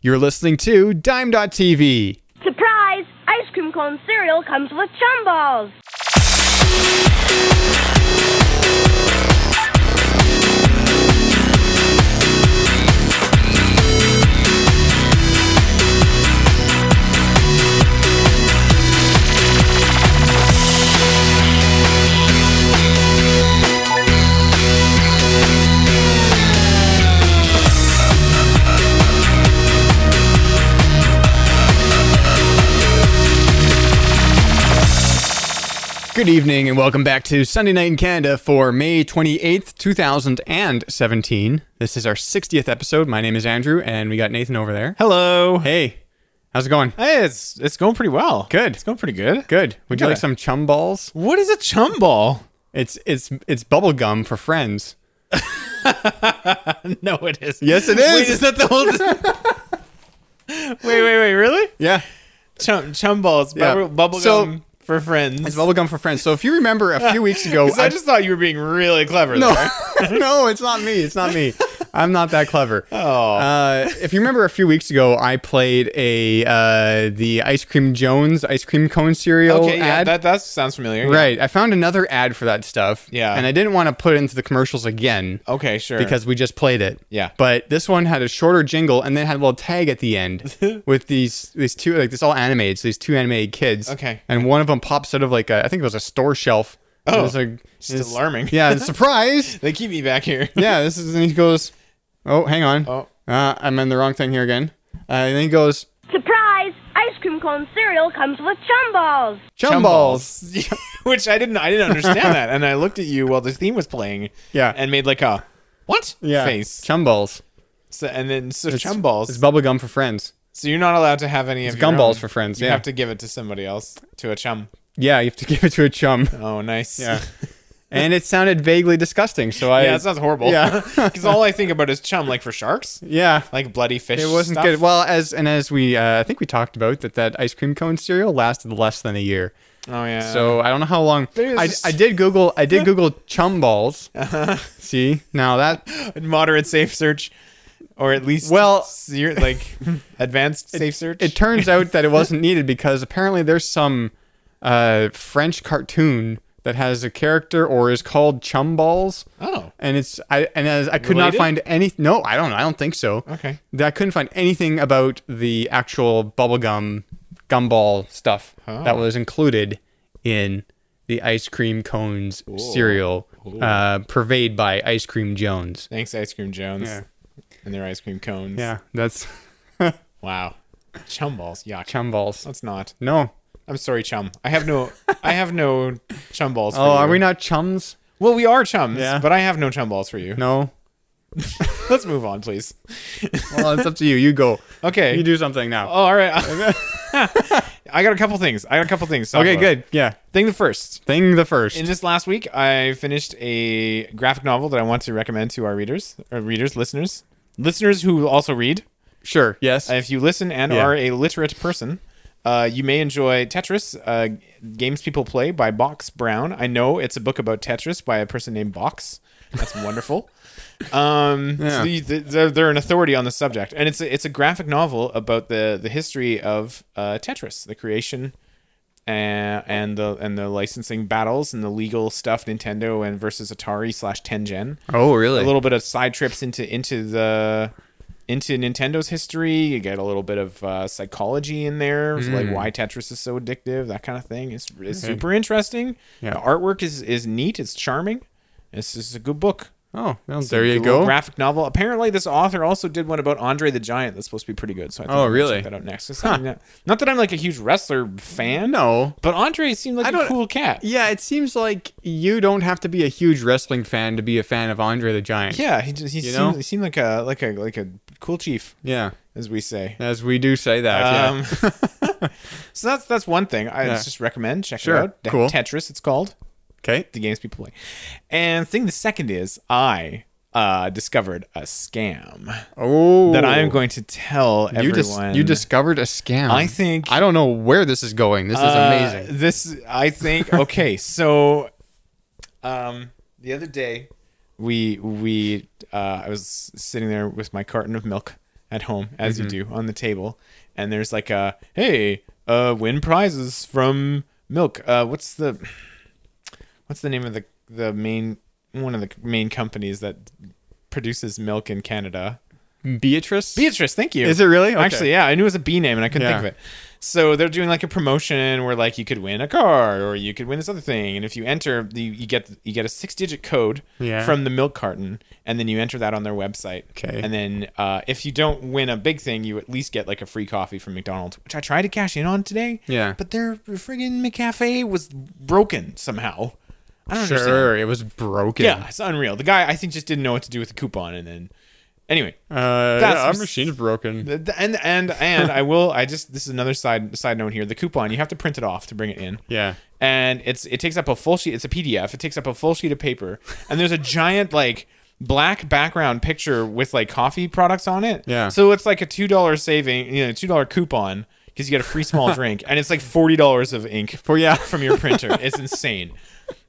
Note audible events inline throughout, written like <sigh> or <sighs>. You're listening to Dime.TV. Surprise! Ice cream cone cereal comes with chum balls. Good evening and welcome back to Sunday Night in Canada for May 28th, 2017. This is our 60th episode. My name is Andrew and we got Nathan over there. Hello. Hey, Hey, how's it going? it's it's going pretty well. Good. It's going pretty good. Good. Would you Okay. like some chum balls? What is a <laughs> chum ball? It's it's it's bubble gum for friends. No, it is. Yes, <laughs> it Wait, is. is that the whole? wait, wait, wait. Really? Yeah. Chum chum balls. Yeah. Bubble, bubble So- gum for friends. It's bubble gum for friends. So if you remember a few weeks ago, 'Cause I just thought you were being really clever. no, there. <laughs> no, it's not me. It's not me. I'm not that clever. Oh. Uh, if you remember a few weeks ago, I played a uh, the Ice Cream Jones ice cream cone cereal okay. Yeah. ad. That that sounds familiar. Oh, right. I found another ad for that stuff. Yeah. And I didn't want to put it into the commercials again Okay. Sure. because we just played it. Yeah. But this one had a shorter jingle and then had a little tag at the end <laughs> with these these two like this all animated, so these two animated kids. Okay. And one of them pops out of like a, I think it was a store shelf. Oh. It was like It's it's- alarming. Yeah, <laughs> and surprise. they keep me back here. <laughs> yeah, this is and he goes, "Oh, hang on. Oh. Uh, I'm in the wrong thing here again." Uh, and then he goes, Surprise! Ice cream cone cereal comes with chum balls. "Chum, balls." <laughs> Which I didn't. I didn't understand that, and I looked at you while the theme was playing. Yeah. And made like a what? Yeah. Face. Chum balls. So, and then so chum balls. It's bubble gum for friends. So you're not allowed to have any of your gumballs own. for friends, You yeah. have to give it to somebody else, to a chum. Yeah, you have to <laughs> give it to a chum. Oh, nice. Yeah. <laughs> and it sounded vaguely disgusting, so I <laughs> yeah, that sounds horrible. <laughs> Yeah. because all I think about is chum, like for sharks, Yeah. like bloody fish. It wasn't stuff. good. Well, as and as we, uh, I think we talked about that that ice cream cone cereal lasted less than a year. Oh yeah. So I don't know how long. There's- I, I did Google. I did Google chum balls. Uh-huh. See now that moderate safe search, or at least Well- ser- <laughs> like advanced safe search. it turns out that it wasn't needed because apparently there's some uh, French cartoon that has a character or is called chum balls. oh. And it's I and as I could Related? not find any. No, I don't. I don't think so. Okay. That I couldn't find anything about the actual bubblegum gumball stuff Oh. that was included in the ice cream cones cereal uh, purveyed by Ice Cream Jones. Thanks, Ice Cream Jones. Yeah. And their ice cream cones. Yeah, that's <laughs> Wow. Chum balls. Yuck. chum balls. That's not. No. I'm sorry, chum. I have no. I have no <laughs> chum balls. For Oh, are you. we not chums? Well, we are chums, Yeah. but I have no chum balls for you. No. Let's move on, please. Well, it's up to you. You go. Okay. You do something Oh, now. all right. <laughs> I got a couple things. I got a couple things. to talk okay, about. good. Yeah. Thing the first. Thing the first. In this last week, I finished a graphic novel that I want to recommend to our readers, or readers, listeners, listeners who also read. sure. Yes. Uh, If you listen and Yeah. are a literate person, uh, you may enjoy Tetris, uh, Games People Play by Box Brown. I know it's a book about Tetris by a person named Box. That's <laughs> wonderful. Um, Yeah. so you- th- they're, they're an authority on the subject, and it's a, it's a graphic novel about the the history of uh, Tetris, the creation. And, and the and the licensing battles and the legal stuff Nintendo and versus Atari slash Tengen oh, really? a little bit of side trips into into the into Nintendo's history. You get a little bit of uh, psychology in there, so, Mm. like why Tetris is so addictive, that kind of thing. It's, it's super interesting. Yeah. The artwork is is neat. It's charming. It's just a good book. oh, well, there Good you little go. Graphic novel. Apparently, this author also did one about Andre the Giant. That's supposed to be pretty good. So I think Oh, I'm gonna check really? that out next. It's something that- not that I'm like a huge wrestler fan. no. But Andre seemed like I a don't- cool cat. Yeah, it seems like you don't have to be a huge wrestling fan to be a fan of Andre the Giant. Yeah, he just he You know? seemed, he seemed like a like a like a cool chief, Yeah. as we say. As we do say that. Um, <laughs> yeah. <laughs> so that's that's one thing I Yeah. just recommend. Check Sure. it out. Te- Cool. Tetris, it's called Okay. the games people play. And thing the second is I uh, discovered a scam Oh. that I am going to tell You just everyone. you discovered a scam. I think- I don't know where this is going. This is Uh, amazing. This <laughs> I think. Okay, so um, the other day we we uh, I was sitting there with my carton of milk. I at home as you Mm-hmm. do on the table, and there's like a hey, uh, win prizes from milk. Uh, what's the what's the name of the the main one of the main companies that produces milk in Canada? Beatrice? Beatrice, thank you. Is it really? Okay. Actually, yeah, I knew it was a B name and I couldn't Yeah. think of it. So they're doing like a promotion where like you could win a car or you could win this other thing, and if you enter, you, you get you get a six digit code Yeah. from the milk carton, and then you enter that on their website. Okay. And then uh, if you don't win a big thing, you at least get like a free coffee from McDonald's, which I tried to cash in on today. Yeah. But their friggin' McCafe was broken somehow. I don't sure. understand. It was broken. Yeah, it's unreal. The guy I think just didn't know what to do with the coupon, and then anyway. Uh, That's- yeah, our machine's broken. The- the- and and and I will. I just this is another side side note here. The coupon you have to print it off to bring it in. Yeah. And it's it takes up a full sheet. It's a PDF. It takes up a full sheet of paper. And there's a giant like black background picture with like coffee products on it. Yeah. So it's like a two dollar saving. You know, two dollar coupon because you get a <laughs> free small drink, and it's like forty dollars of ink For yeah. from your printer. It's insane.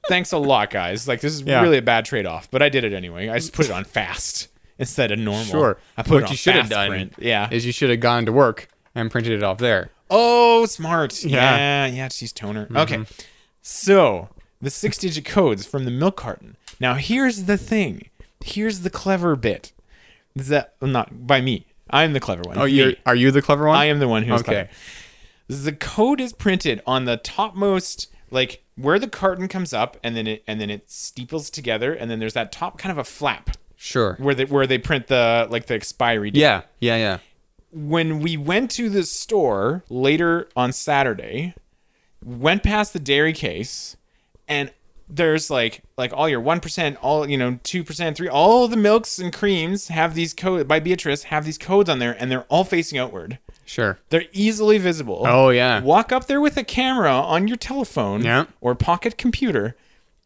Thanks a lot, guys. Like this is Yeah. really a bad trade off, but I did it anyway. I just put it on fast instead of normal. Sure. I put what it on you should have fast done print. Yeah. is you should have gone to work and printed it off there. Oh, smart. Yeah, Yeah. Mm-hmm. yeah, she's toner. Okay. So, the six digit codes from the milk carton. Now, here's the thing. Here's the clever bit. Is That well, not by me. I'm the clever one. Oh, you Me. are you the clever one? I am the one who's Okay. clever. The code is printed on the topmost like where the carton comes up and then it and then it steeples together and then there's that top kind of a flap Sure. where they where they print the like the expiry date Yeah. Yeah. Yeah. when we went to the store later on Saturday, went past the dairy case, and there's like like all your one percent, all you know, two percent, three, all the milks and creams have these code by Beatrice have these codes on there, and they're all facing outward. Sure. They're easily visible. Oh, yeah. Walk up there with a camera on your telephone Yeah. or pocket computer,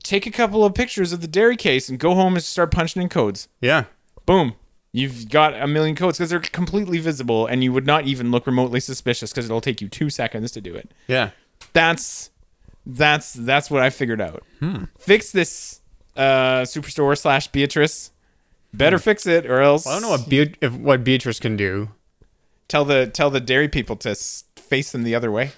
take a couple of pictures of the dairy case, and go home and start punching in codes Yeah. boom you've got a million codes because they're completely visible and you would not even look remotely suspicious because it'll take you two seconds to do it Yeah. that's that's that's what i figured out Hmm. fix this uh superstore slash beatrice better fix it or else I don't know what Beat- if what Beatrice can do. tell the tell the dairy people to s- face them the other way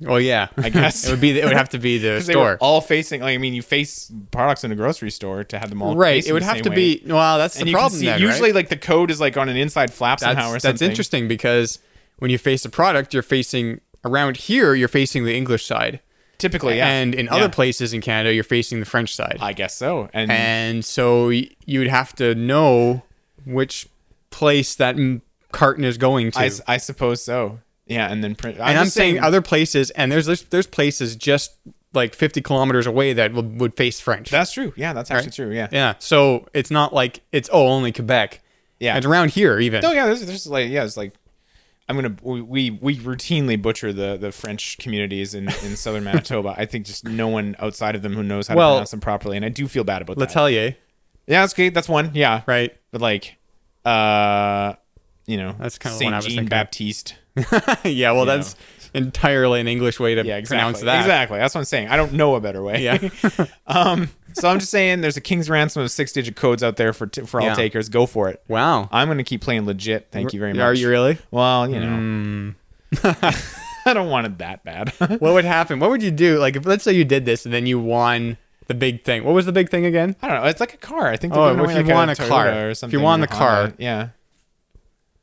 Well, <laughs> yeah, I guess. it would be. The, it would have to be the <laughs> 'Cause they were store, all facing like i mean you face products in a grocery store to have them all right? facing It would the have same to way. be. Well, that's and the you can problem. see then, usually right? like the code is like on an inside flap that's, somehow or something that's interesting because when you face a product, you're facing around here. You're facing the English side, typically yeah. and in Yeah. other places in Canada, you're facing the French side. I guess so. And, and so y- you'd have to know which place that m- carton is going to. I, s- I suppose so. Yeah, and then print. and I'm just saying uh, other places, and there's there's, there's places just like 50 kilometers away that would, would face French. that's true. Yeah, that's actually true. Yeah. Yeah. So it's not like it's oh only Quebec. Yeah. It's around here even. No, yeah. There's, there's like yeah, it's like I'm gonna we we, we routinely butcher the the French communities in in southern Manitoba. I think just no one outside of them who knows how to Well- pronounce them properly, and I do feel bad about that. L'Atelier, yeah, that's great. That's one. Yeah, right? <laughs> But like, uh, you know, That's kinda the Saint one I was Jean thinking of. Baptiste. yeah. Well, that's entirely an English way to Yeah, exactly. pronounce that. Exactly. That's what I'm saying. I don't know a better way. <laughs> Yeah. So I'm just saying, there's a king's ransom of six digit codes out there for t- for all Yeah. takers. Go for it. wow. I'm gonna keep playing legit. Uh, Thank you very much. Are you really? Hmm. Well, you know, <laughs> I don't want it that bad. <laughs> What would happen? What would you do? Like, if, let's say you did this and then you won the big thing. What was the big thing again? I don't know. It's like a car. I think. Oh, they're giving if away, you like, want a car. Toyota If or you something, want a the car. Honda. yeah.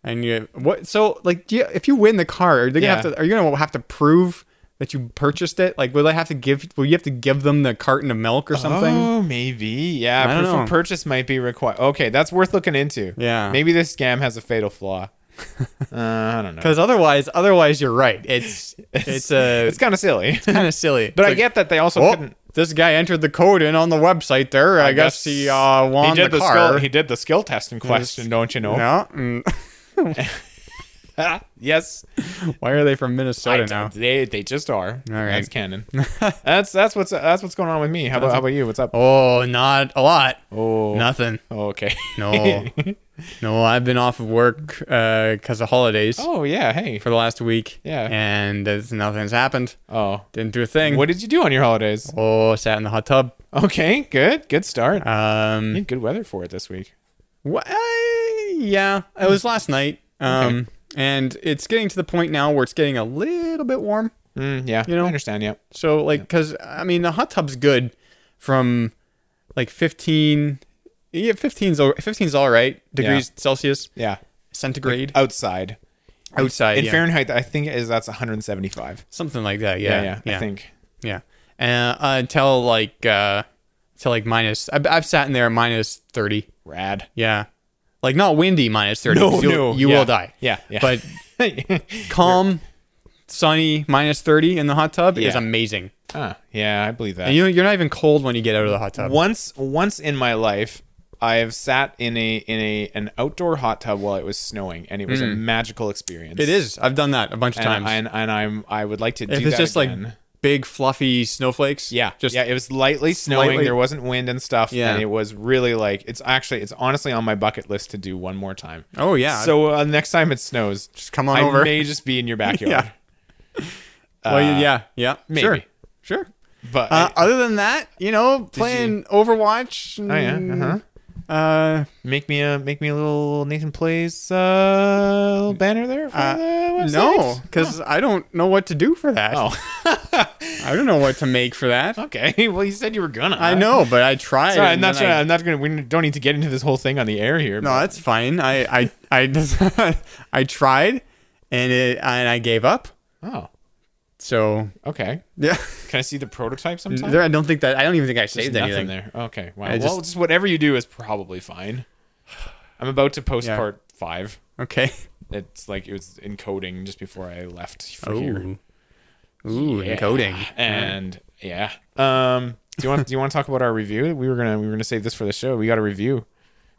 And you what? So like, do you, if you win the car, are they gonna Yeah. have to? Are you gonna have to prove? That you purchased it, like, will they have to give? Will you have to give them the carton of milk or something? Oh, maybe. Yeah, I don't proof of know. purchase might be required. Okay, that's worth looking into. Yeah. Maybe this scam has a <laughs> fatal flaw. uh, I don't know. Because otherwise, otherwise, you're right. It's it's a <laughs> It's kind of silly, <laughs> kind of silly. but I Like, get that they also oh, couldn't. this guy entered the code in on the website there. I, guess, he uh, won he did the, the, car. skill. He did the skill test in question. Don't you know? no, mm, yes. <laughs> why are they from I Minnesota now? don't- They they just are. All right. <laughs> That's canon. that's that's what's that's what's going on with me. How about how about you? What's up? Oh, not a lot. <laughs> Oh. <laughs> Nothing. Oh, okay. No, no. I've been off of work because of holidays oh yeah. Hey. for the last week. Yeah. and it's, nothing's happened. Oh. Didn't do a thing. What did you do on your holidays? Oh, sat in the hot tub. Okay. Good. Good start. Um, You had good weather for it this week. Wha- uh, yeah, it was last night. Uh, Um, And it's getting to the point now where it's getting a little bit warm. Mm, yeah, know? I understand. Yeah, So like, because I mean, the hot tub's good from like 15. Yeah, 15's al- 15's all right degrees Celsius yeah. centigrade Outside outside. uh, in Uh, yeah. Fahrenheit, I think is that's 175. something like that. Yeah, Yeah, yeah, yeah, I think. Yeah, and uh, until like uh, until like minus. I've, I've sat in there at minus thirty. Rad. Yeah, like not windy minus thirty. No, 'cause you'll, no, you yeah. will die. Yeah, yeah. but <laughs> calm, sunny minus thirty in the hot tub is Yeah. amazing. Ah, yeah, I believe that. And you you're not even cold when you get out of the hot tub. once once in my life I've sat in a in a an outdoor hot tub while it was snowing and it was a magical experience. Hmm. It is. I've done that a bunch of and, times. and, and I'm I would like to if do it's that just again. like big fluffy snowflakes. yeah, Just yeah, it was lightly snowing. slightly- There wasn't wind and stuff, Yeah. and it was really like it's actually it's honestly on my bucket list to do one more time. oh yeah. So So uh, next time it snows, just come on I over. may just be <laughs> in your backyard. Yeah. well, uh, yeah, yeah. Sure. maybe. Sure. But Uh, I- other than that, you know, playing Overwatch. And, oh yeah, uh-huh. uh, make me a make me a little Nathan plays uh, little banner there. For Uh, the website. no, because I don't know what to do for that. Oh. <laughs> I don't know what to make for that. Okay. Well, you said you were gonna. I know, but I tried. Sorry, I'm and not then trying. I- I'm not gonna. We don't need to get into this whole thing on the air here. no, that's fine. I I I just, I <laughs> tried, and it and I gave up. Oh. So Okay. <laughs> yeah, Can I see the prototype sometime? there. I don't think that. I don't even think I There's saved nothing anything. there. Okay. Wow. I well, just- just whatever you do is probably fine. I'm about to post Yeah. part five. Okay. It's like it was encoding just before I left Oh, for here. Ooh. Ooh, Yeah. encoding. And yeah. Um. Do you want? do you want to talk about our review? We were gonna. We were gonna save this for the show. We got a review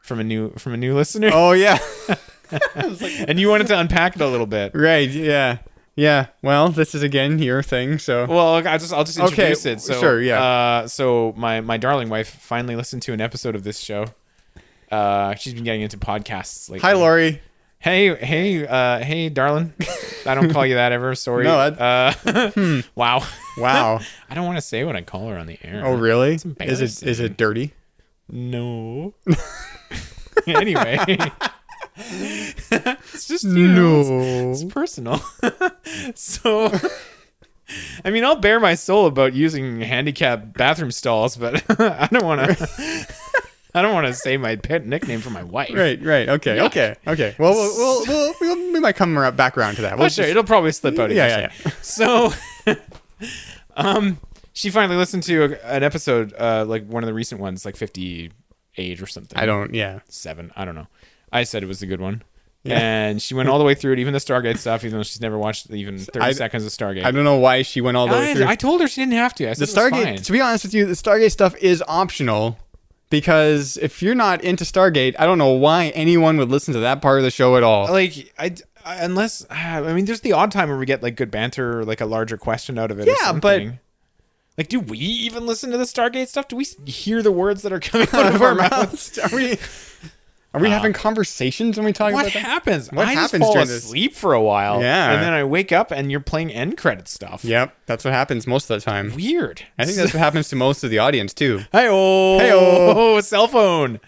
from a new from a new listener, Oh yeah. <laughs> <laughs> and you wanted to unpack it a little bit. right. Yeah. Yeah. Well, this is again your thing. So. Well, I just I'll just Okay, introduce it. So, sure, yeah. Uh, so my my darling wife finally listened to an episode of this show. Uh, she's been getting into podcasts lately. Hi, <laughs> Lori. Hey, hey, uh, hey, darling. I don't call you that ever. Sorry. <laughs> No, Hmm. uh, <laughs> Wow. Wow. I don't want to say what I call her on the air. Oh, really? Is it embarrassing. is it dirty? <laughs> No. anyway, it's just you know, it's- No. It's personal. <laughs> so, I mean, I'll bare my soul about using handicapped bathroom stalls, but <laughs> I don't want to. I don't want to say my pet nickname for my wife. Right, right. Okay, okay, okay. Well, we'll, we'll, we'll, we'll we might come around, back around to that. Oh, We'll sure. just- It'll probably slip out. Yeah, eventually. <laughs> So, um, she finally listened to a, an episode, uh, like one of the recent ones, like fifty-eight or something. I don't. Yeah. seven. I don't know. I said it was the good one. And she went all the way through it, even the Stargate stuff, even though she's never watched even 30 I- seconds of Stargate. I don't know why she went all the way I, through. I told her she didn't have to. I the said Stargate. To be honest with you, the Stargate stuff is optional because if you're not into Stargate, I don't know why anyone would listen to that part of the show at all. like I, I- unless <sighs> ah, I mean, there's the odd time where we get like good banter, or, like a larger question out of it. or Yeah, but- something. like, do we even listen to the Stargate stuff? Do we s- hear the words that are coming <laughs> out of our mouths? <laughs> Are we? Are we having conversations when we talk Uh, What about that? happens? What I just happens fall during this? asleep for a while, Yeah. and then I wake up and you're playing end credit stuff. Yep, that's what happens most of the time. weird. I think <laughs> that's what happens to most of the audience too. Hey oh, Hey-oh. cell phone.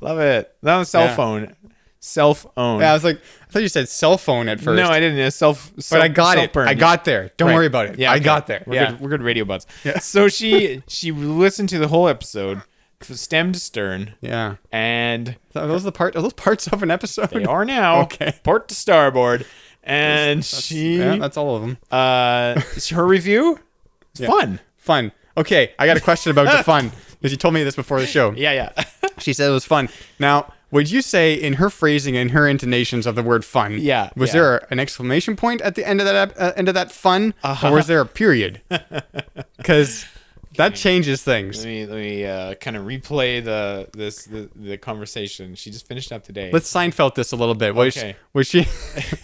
Love it. That was cell Yeah. phone. Self own. Yeah, I was like, I thought you said cell phone at first. no, I didn't. It's self. but I got it. I got there. Don't Right. worry about it. Yeah, I okay. got there. We're yeah. good, we're good <laughs> radio buds. So she she listened to the whole episode, from stem to stern, Yeah. <laughs> and Are those the part? Are those parts of an episode? they are now Okay. port to starboard, and <laughs> she Yeah, that's all of them. uh her review. It's Fun. Fun. Okay, I got a question about <laughs> the fun because you told me this before the show. Yeah, <laughs> yeah, She said it was fun. Now, would you say in her phrasing and her intonations of the word fun? Yeah, Was yeah. there an exclamation point at the end of that ep- uh, end of that fun, or Uh-huh. was there a <laughs> period? Because that changes things. Let me let me uh, kind of replay the this the, the conversation. She just finished up today. Let's Seinfeld this a little bit. Was Okay. was she?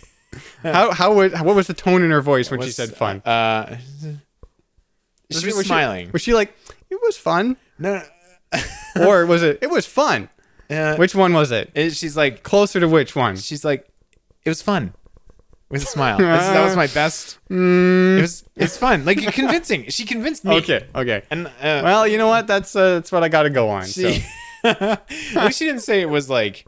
<laughs> how how was what was the tone in her voice when she was, said fun? Uh, <laughs> she was, smiling. was she like it was fun, no, <laughs> or was it it was fun? no, uh, Which one was it? and she's like, Closer to which one? she's like, it was fun. With <laughs> a smile. This- that was my best. It was it's fun. Like convincing. She convinced me. Mm. Okay, okay. And uh, Well, you know what? That's uh, that's what I got to go on. <laughs> she, so. At least she didn't say it was like,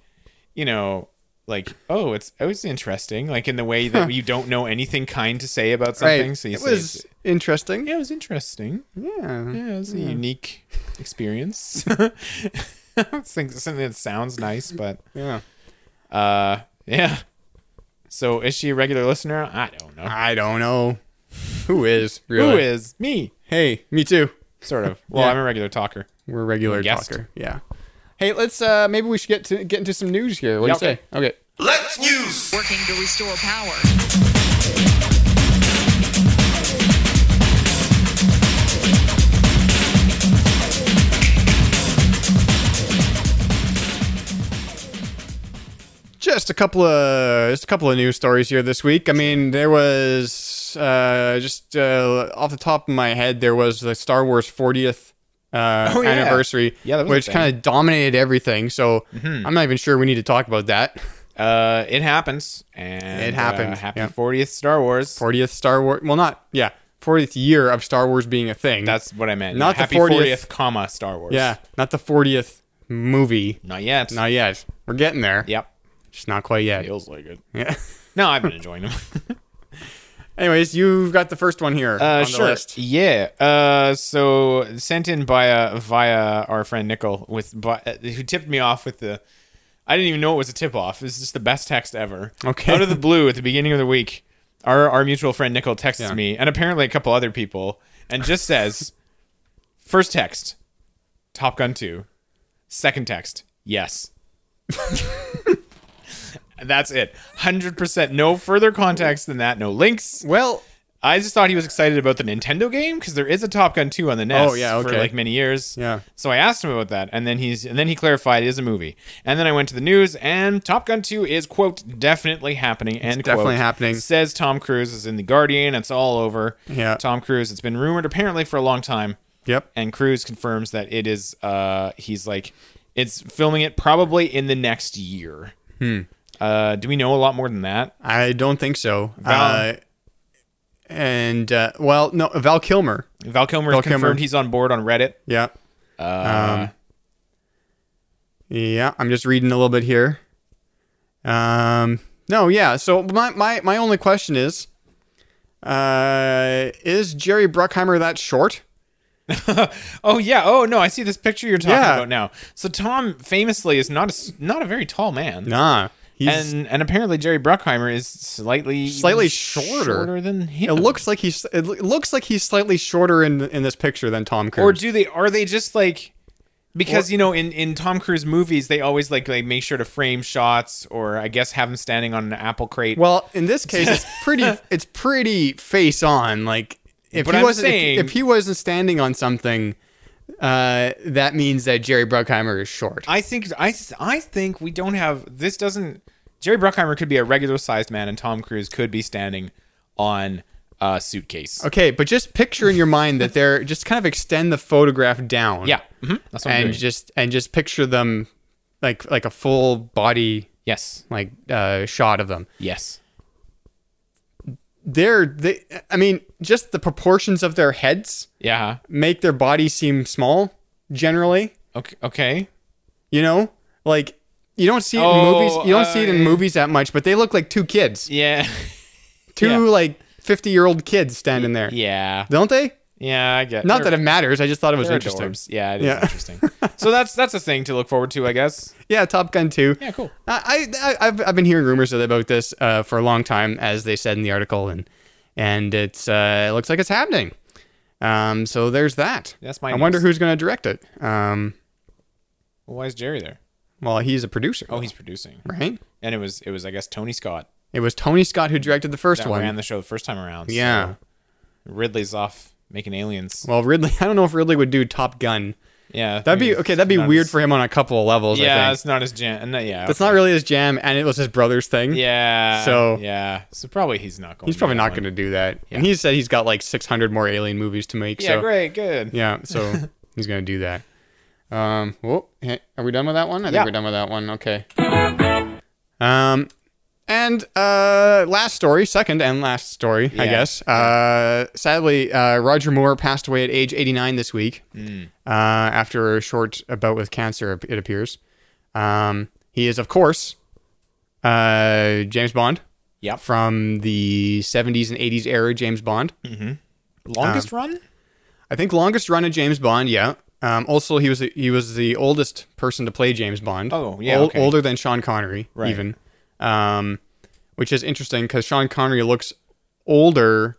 you know, like oh it's it was interesting like in the way <laughs> that you don't know anything kind to say about something Right. so you it say was it's- interesting. yeah it was interesting Yeah. yeah it was a unique <laughs> experience <laughs> It's like something that sounds nice but Yeah. uh yeah so is she a regular listener I don't know I don't know. Who is really? who is me Hey, me too. sort of well Yeah. I'm a regular talker We're a regular Guest. talker. Yeah. Hey, let's uh maybe we should get to get into some news here. What do you Yeah, okay. say? Okay. Let's use. working to restore power. Just a couple of just a couple of news stories here this week. I mean, there was uh just uh, off the top of my head there was the Star Wars 40th uh, Oh, yeah. anniversary, Yeah, that was a which thing. Mm-hmm. kind of dominated everything. So I'm not even sure we need to talk about that. uh it happens and It happened, uh, happy yeah. 40th Star Wars 40th Star Wars, well, not yeah, 40th year of Star Wars being a thing. that's what I meant Not the happy 40th. 40th comma Star Wars yeah, not the 40th movie. not yet Not yet. We're getting there. yep Just not quite yet. feels like it Yeah. No, I've been enjoying them. <laughs> Anyways, you've got the first one here on Uh, the sure. list. Yeah. Uh, so sent in by uh, via our friend Nickel with by, uh, who tipped me off with the. I didn't even know it was a tip off. This is just the best text ever. Okay. Out of the blue, at the beginning of the week, our our mutual friend Nickel texts Yeah. me and apparently a couple other people and <laughs> just says, first text, Top Gun two, second text, <laughs> yes. That's it. 100%. No further context than that. No links. Well, I just thought he was excited about the Nintendo game because there is a Top Gun 2 on the NES Oh, yeah, for okay. like many years. Yeah. So I asked him about that, and then he's and then he clarified it is a movie. And then I went to the news, and Top Gun 2 is quote definitely happening. End quote. definitely happening. Says Tom Cruise is in the Guardian. It's all over. Yeah. Tom Cruise. It's been rumored apparently for a long time yep. and Cruz confirms that it is. Uh, he's like, it's filming it probably in the next year. Hmm. Uh, do we know a lot more than that? I don't think so. Uh, Val- and uh, well, no, Val Kilmer. Val Kilmer Val Kilmer. confirmed he's on board on Reddit. Yeah. Uh, um, yeah, I'm just reading a little bit here. Um, no, yeah. So my my, my only question is, uh, is Jerry Bruckheimer that short? Oh yeah. Oh no, I see this picture you're talking Yeah. about now. So Tom famously is not a, s- not a very tall man. Nah, he's. And and apparently Jerry Bruckheimer is slightly Slightly even shorter. shorter than him. it looks like he's. It lo- looks like he's slightly shorter in in this picture than Tom Cruise. or do they are they just like because you know in in Tom Cruise movies they always like like make sure to frame shots or I guess have him standing on an apple crate. Well, in <laughs> this case, it's pretty. it's pretty face on. Like if But he I'm wasn't, if- saying- if, he wasn't standing on something, uh, that means that Jerry Bruckheimer is short. I think I I think we don't have this doesn't Jerry Bruckheimer could be a regular sized man and Tom Cruise could be standing on a suitcase. okay, but just picture in your mind that <laughs> they're just kind of extend the photograph down. Yeah, mhm, that's what I'm and doing. just and just picture them like like a full body yes, like uh, shot of them. yes. They're they. I mean, just the proportions of their heads Yeah. make their body seem small generally. Okay. Okay. You know, like you don't see it in Oh, movies. You don't see it in uh, movies that much, but they look like two kids, <laughs> Yeah. two yeah. like fifty-year-old kids standing there, Yeah. don't they? Yeah. I get. Not that it matters. I just thought it was they're interesting. adorbs. Yeah. It is Yeah. interesting. so that's that's a thing to look forward to, I guess. Yeah, Top Gun Two. Yeah. Cool. I, I I- I've I've been hearing rumors about this uh, for a long time, as they said in the article, and and it's uh, it looks like it's happening. Um, so there's that. That's my I wonder news. who's going to direct it. Um, Well, why is Jerry there? well, he's a producer. Oh, he's producing. right. And it was it was I guess Tony Scott It was Tony Scott who directed the first that one. ran the show the first time around. so yeah. Ridley's off making aliens. Well, Ridley. <laughs> I don't know if Ridley would do Top Gun. yeah. That'd be okay. That'd be weird for him on a couple of levels. Yeah, I think. it's not as jam. No, yeah. That's not really his jam, and it was his brother's thing. Yeah. So- yeah. So probably he's not going. he's to probably that not one. going to do that. And he said he's got like 600 more Alien movies to make. Yeah. so, great. Good. <laughs> Yeah, so he's going to do that. Um, whoa, hey, are we done with that one? I think Yeah. we're done with that one. Okay. Um, and uh, last story, second and last story, I Yeah. guess. Uh, sadly, uh, Roger Moore passed away at age 89 this week Hmm. uh, after a short bout with cancer, it appears. Um, he is, of course, uh, James Bond Yep. from the 70s and 80s era James Bond. Longest Um, <laughs> run? I think longest run of James Bond, yeah. Um, also, he was the, he was the oldest person to play James Bond. Oh, yeah, okay. older than Sean Connery, Right. even, um, which is interesting because Sean Connery looks older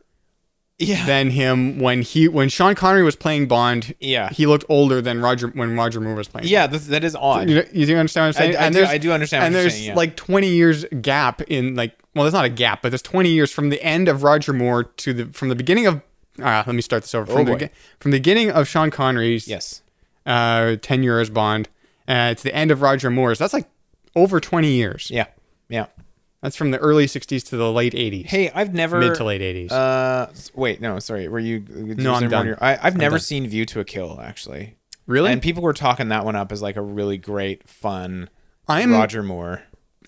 Yeah. than him when he when Sean Connery was playing Bond. Yeah. he lolooked older than Roger when Roger Moore was playing. yeah, that, that is odd. You, <laughs> know- you do understand what I'm saying? I do- there's- I do understand what and you're there's saying, yeah. like 20 years gap in like well, there's not a gap, but there's 20 years from the end of Roger Moore to the from the beginning of ah, let me start this over Oh, from the boy. begin- from the beginning of Sean Connery's Yes. uh, tenure as Bond uh, to the end of Roger Moore's. That's like over 20 years. Yeah. Yeah. That's from the early 60s to the late 80s, Hey, I've never mid to late 80s. Uh, s- wait, no, sorry. Were you? was there I'm more done. to your- I, I've never seen View to a Kill actually. Really? And people were talking that one up as like a really great, fun I'm- Roger Moore.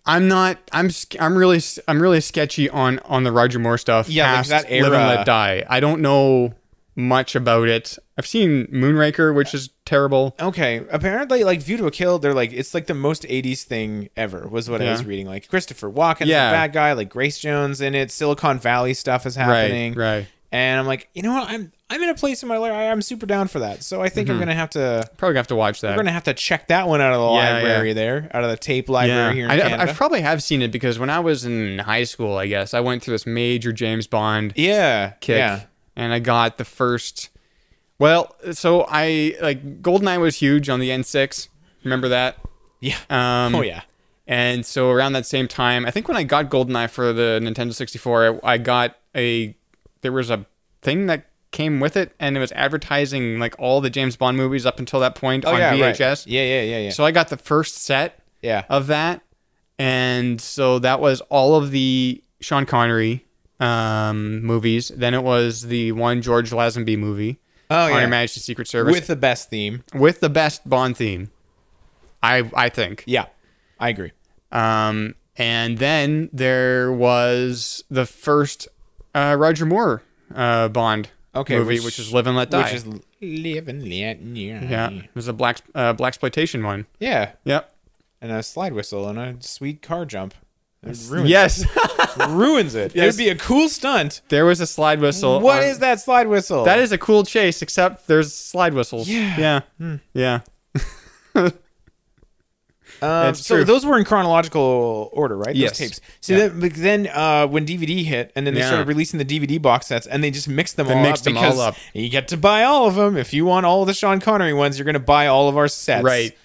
I'm not. I'm. sk- I'm really. I'm really sketchy on on the Roger Moore stuff. Yeah, like past that Live and era. Let Die. I don't know much about it. I've seen Moonraker, which is terrible. Okay, apparently, like View to a Kill, they're like it's like the most '80s thing ever. Was what I Yeah. was reading. Like Christopher Walken, Yeah. the bad guy, like Grace Jones in it. Silicon Valley stuff is happening. right. And I'm like, you know what? I'm I'm in a place in my life. I'm super down for that. So I think I'm gonna have to. Probably gonna have to watch that. We're gonna have to check that one out of the Yeah, library there, out of the tape library here in I, Canada. I, I probably have seen it because when I was in high school, I guess I went through this major James Bond yeah, kick, yeah. and I got the first. Well, so I like Goldeneye was huge on the N6. Remember that? Yeah. <laughs> Um, oh yeah. And so around that same time, I think when I got GoldenEye for the Nintendo 64, I, I got a there was a thing that came with it, and it was advertising like all the James Bond movies up until that point Oh on yeah. right. VHS. Yeah, yeah, yeah, yeah. So uh, I got the first set yeah. of that, and so that was all of the Sean Connery um, movies. Then it was the one George Lazenby movie, oh Honor yeah. Majesty's Secret Service, With with, the best theme. with the best Bond theme. I I think. Yeah, I agree. Um, and then there was the first uh, Roger Moore uh, Bond Okay, movie, which- which, is Live and Let Die. Which is live and let yeah, yeah. it was a black uh, black exploitation one. yeah, Yep. and a slide whistle and a sweet car jump. It ruins Yes, <laughs> it. ruins it. Yes. It'd be a cool stunt. there was a slide whistle. What is on- that slide whistle? That is a cool chase, except there's slide whistles. Yeah. Hmm. Yeah. Yeah. Um, That's so true. those were in chronological order, right? Yes. Those tapes. So Yeah. then, but then uh, when DVD hit, and then they Yeah. started releasing the DVD box sets, and they just mixed them all mixed up them all because up. you get to buy all of them. If you want all the Sean Connery ones, you're going to buy all of our sets, Right.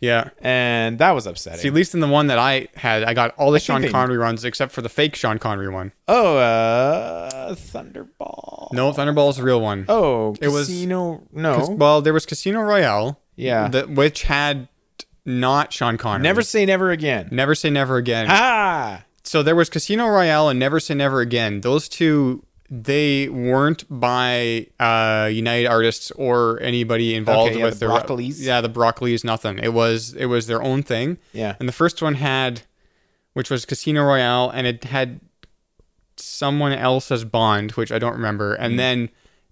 Yeah. And that was upsetting. See, at least in the one that I had, I got all the Sean they- Connery runs except for the fake Sean Connery one. oh, uh, Thunderball. No, Thunderball's the real one. Oh, It was- Casino. Cas- no, Well, there was Casino Royale. Oh. Yeah. that- which had not Sean Connery. never say never again. Never Say Never Again. Ah, So there was Casino Royale and Never Say Never Again. Those two, they weren't by uh, United Artists or anybody involved Okay, yeah, with the their- Broccolis. Yeah, the Broccoli's nothing. It was it was their own thing. Yeah. And the first one had, which was Casino Royale, and it had someone else as Bond, which I don't remember. And Hmm. then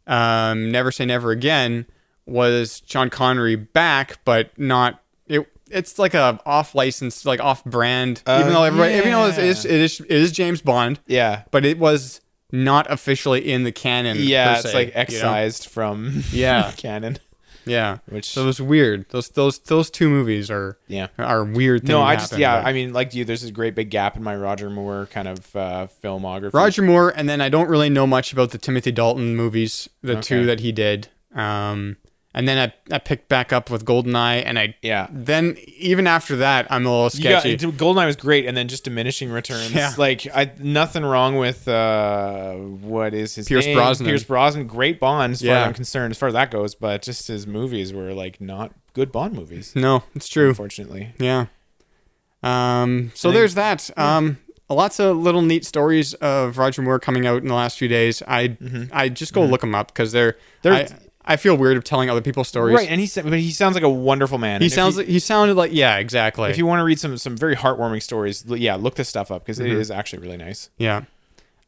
um, Never Say Never Again was Sean Connery back, but not it. It's like a off license, like off brand. even though everybody, even though it is, Oh, yeah. it is it is James Bond, yeah, but it was not officially in the canon. yeah. per It's se, like you know? excised from Yeah. <laughs> canon. Yeah, Which- which so it was weird. Those those those two movies are Yeah. are weird. Thing No, that I just happened, yeah. but- I mean, like you, there's this great big gap in my Roger Moore kind of uh, filmography. Roger Moore, and then I don't really know much about the Timothy Dalton movies, the Okay. two that he did. Um, and then I, I picked back up with Goldeneye, and I Yeah. Then even after that, I'm a little You got, sketchy. Goldeneye was great, and then just diminishing returns. Yeah. Like I, nothing wrong with uh, what is his Pierce name? Brosnan. Pierce Brosnan, great Bond. As far Yeah. as I'm concerned, as far as that goes, but just his movies were like not good <laughs> Bond movies. no, it's true. Unfortunately, Yeah. Um, so there's that. Um, lots of little neat stories of Roger Moore coming out in the last few days. I I just go look them up because they're Mm-hmm. They're- they're. I, I feel weird of telling other people's stories. right? And he sa- but he sounds like a wonderful man. He And if sounds you- like he sounded like yeah exactly. If you want to read some some very heartwarming stories, l- yeah, look this stuff up because Mm-hmm. is actually really nice. Yeah.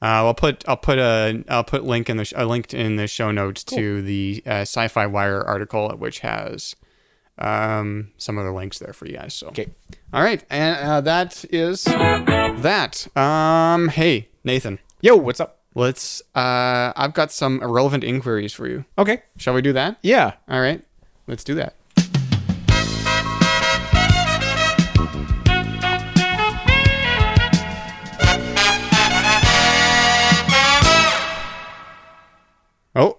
Uh, I'll put I'll put a I'll put link in the sh- a link in the show notes to the uh, Sci-Fi Wire article, which has um, some other links there for you guys. So Okay. all right, and uh, that is that. Um, hey Nathan, Yo, what's up? let's. Uh, I've got some irrelevant inquiries for you. Oh, Okay. Shall we do that? Yeah. All right, let's do that. Oh,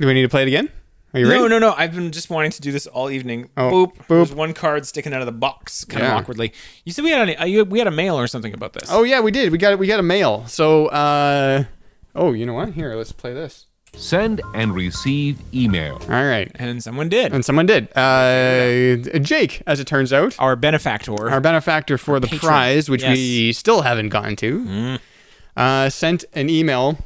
do we need to play it again? Are you ready? No, no, no. I've been just wanting to do this all evening. Oh, boop, There's one card sticking out of the box, kind Yeah. of awkwardly. You said we had an, uh, you, we had a mail or something about this. Oh yeah, we did. We got we got a mail. So uh oh, you know what? Here, let's play this. Send and receive email. All right. and someone did. And someone did. Uh Jake, as it turns out, Our benefactor. our benefactor for the patron. prize, which we Yes. Mm. still haven't gotten to, uh, sent an email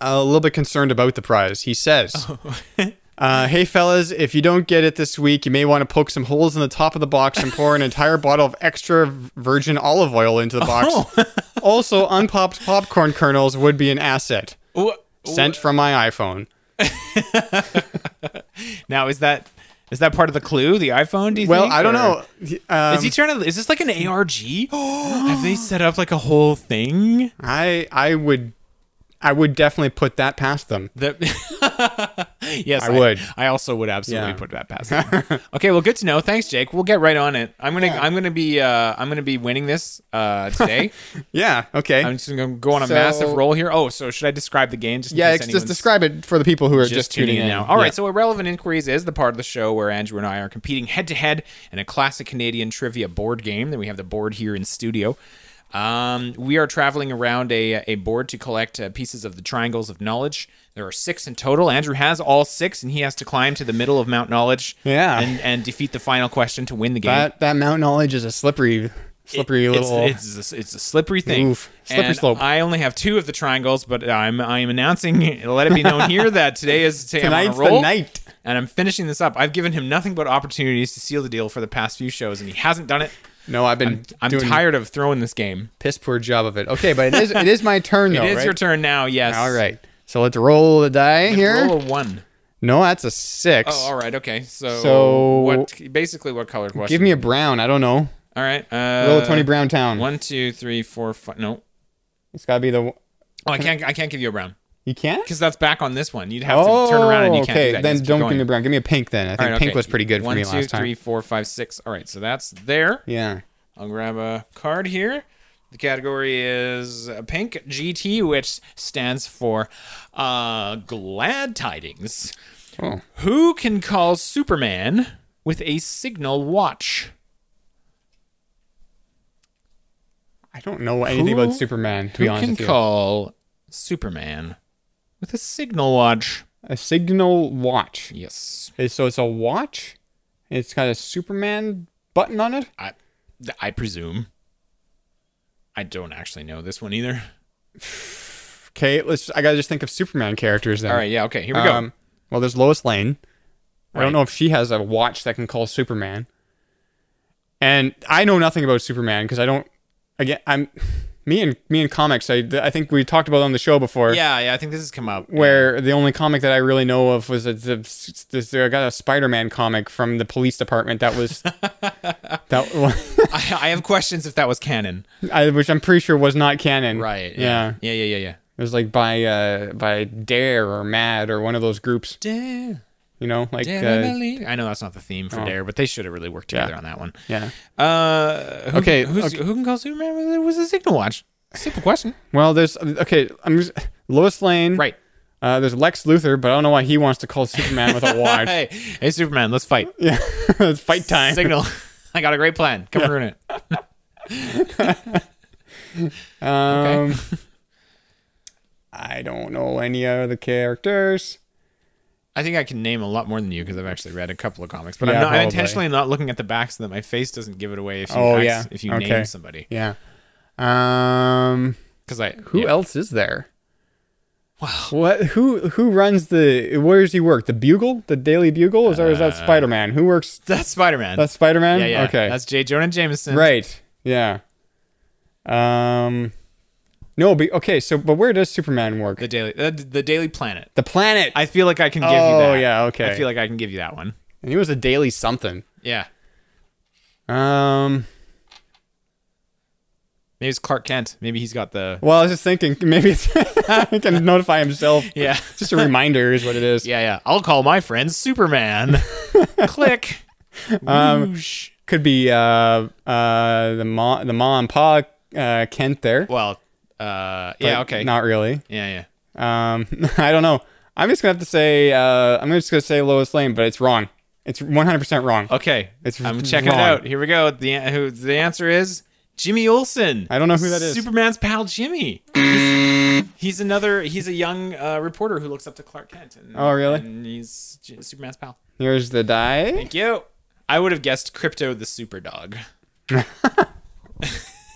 uh, a little bit concerned about the prize. He says, Oh. <laughs> uh, Hey, fellas, if you don't get it this week, you may want to poke some holes in the top of the box and pour an entire <laughs> bottle of extra virgin olive oil into the box. Oh. <laughs> also, unpopped popcorn kernels would be an asset. Wha- Sent from my iPhone. now is that is that part of the clue? The iPhone? Do you Well, think, I don't or- know. He- Um, Is he trying to? Is this like an <gasps> ARG? Have they set up like a whole thing? I I would I would definitely put that past them. That <laughs> yes, I would. I also would absolutely Yeah. put that <laughs> past. them. okay, well, good to know. Thanks, Jake. We'll get right on it. I'm gonna I'm gonna be uh, I'm gonna be winning this <laughs> uh, today. Yeah. Okay. I'm just gonna go on a So- massive roll here. Oh, so should I describe the game? Just in Yeah, case ex- just anyone's- describe it for the people who are just, just tuning in now. All right, so Irrelevant Inquiries is the part of the show where Andrew and I are competing head to head in a classic Canadian trivia board game. Then we have the board here in studio. Um, we are traveling around a, a board to collect uh, pieces of the triangles of knowledge. There are six in total. Andrew has all six, and he has to climb to the middle of Mount Knowledge Yeah. and, and defeat the final question to win the game. that that mountain knowledge is a slippery, slippery It's- little. It's, a, it's a slippery thing. Oof. Slippery And slope. I only have two of the triangles, but I'm I'm announcing. Let it be known here that today is today I'm on a Tonight's the roll, night. and I'm finishing this up. I've given him nothing but opportunities to seal the deal for the past few shows, and he hasn't done it. no, I've been I'm doing tired of throwing this game. piss poor job of it. Okay, but it is it is <laughs> my turn though. it is right? your turn now. Yes. All right, so let's roll the die here. Roll a one. No, that's a six. Oh, all right. Okay. So, So- what? Basically, what colored question? Give me a brown. I don't know. All right. Uh, Roll a twenty brown town. One, two, three, four, five. No. It's gotta be the. one- Oh, I can't. I can't give you a brown You can't. Oh, because that's back on this one. You'd have to turn around and you can't. okay. do that. Then Yes, keep don't going. give me brown. Give me a pink then. I think All right, pink okay. was pretty good for One, me two, last time. three, four, five, six. All right, so that's there. Yeah. I'll grab a card here. The category is uh, pink GT, which stands for uh, glad tidings. Oh. Who can call Superman with a signal watch? I don't know anything Who- about Superman to be Who honest can with you. call Superman with a signal watch? a signal watch. Yes, It's- So it's a watch. It's got a Superman button on it. I, I presume. I don't actually know this one either. Okay, let's. I gotta just think of Superman characters then. All right, yeah, okay, here we go. Um, well, there's Lois Lane. I Right. don't know if she has a watch that can call Superman. And I know nothing about Superman because I don't. Again, I'm <laughs> me and me and comics. I I think we talked about it on the show before. yeah, yeah, I think this has come up. Where the only comic that I really know of was a, the, this- I got a Spider-Man comic from the police department that <laughs> was that <laughs> was- I, I have questions if that was canon. I, which I'm pretty sure was not canon. Yeah. Yeah. Yeah. Yeah. Yeah. It was like by uh by Dare or Mad or one of those groups. yeah. You know, like uh, Definitely. I know that's not the theme for Dare, but they should have really worked Oh. together Yeah. on that one. yeah. Uh, who, Okay, Who's, okay. Who can call Superman with a, with a signal watch? <laughs> Simple question. Well, there's okay. I'm just, Lois Lane. Right. Uh, there's Lex Luthor, but I don't know why he wants to call Superman with a <laughs> watch. Hey, hey, Superman, let's fight. Yeah, <laughs> it's fight time. Signal. <laughs> I got a great plan. Come ruin it. <laughs> <laughs> Um, I don't know any of the characters. I think I can name a lot more than you because I've actually read a couple of comics, but Yeah, I'm, not, I'm probably. intentionally not looking at the back so that my face doesn't give it away if you, Oh, ax- yeah. if you Okay. name somebody. Yeah. Um, Because I who yeah. else is there? Wow. What? Who? Who runs the? Where does he work? The Bugle? The Daily Bugle? Is, or is that Uh, Spider Man? Who works? <laughs> That's Spider Man. That's Spider Man. yeah, yeah. Okay. That's J. Jonah Jameson. right. Yeah. Um. No, but okay. So, but where does Superman work? The Daily, uh, the Daily Planet. The planet. I feel like I can give you Oh, that. yeah, okay. I feel like I can give you that one. And he was a daily something. Yeah. Um. Maybe it's Clark Kent. Maybe he's got the. Well, I was just thinking <laughs> maybe it's, he can notify himself. <laughs> Yeah. Just a reminder is what it is. Yeah, yeah. I'll call my friend Superman. <laughs> Click. Um, Whoosh. Could be uh uh the mom the mom and pa uh Kent there. Well, uh, but yeah, okay. Not really. yeah, yeah. Um, <laughs> I don't know. I'm just gonna have to say uh I'm just gonna say Lois Lane, but it's wrong. It's 100 percent wrong. Okay, It's I'm checking wrong. it out. Here we go. The an- who the answer is Jimmy Olsen. I don't know who that is. Superman's pal Jimmy. He's, he's another. He's a young uh, reporter who looks up to Clark Kent. And, Oh, really? And he's J- Superman's pal. Here's the die. Thank you. I would have guessed Crypto the Super <laughs> Dog. <laughs>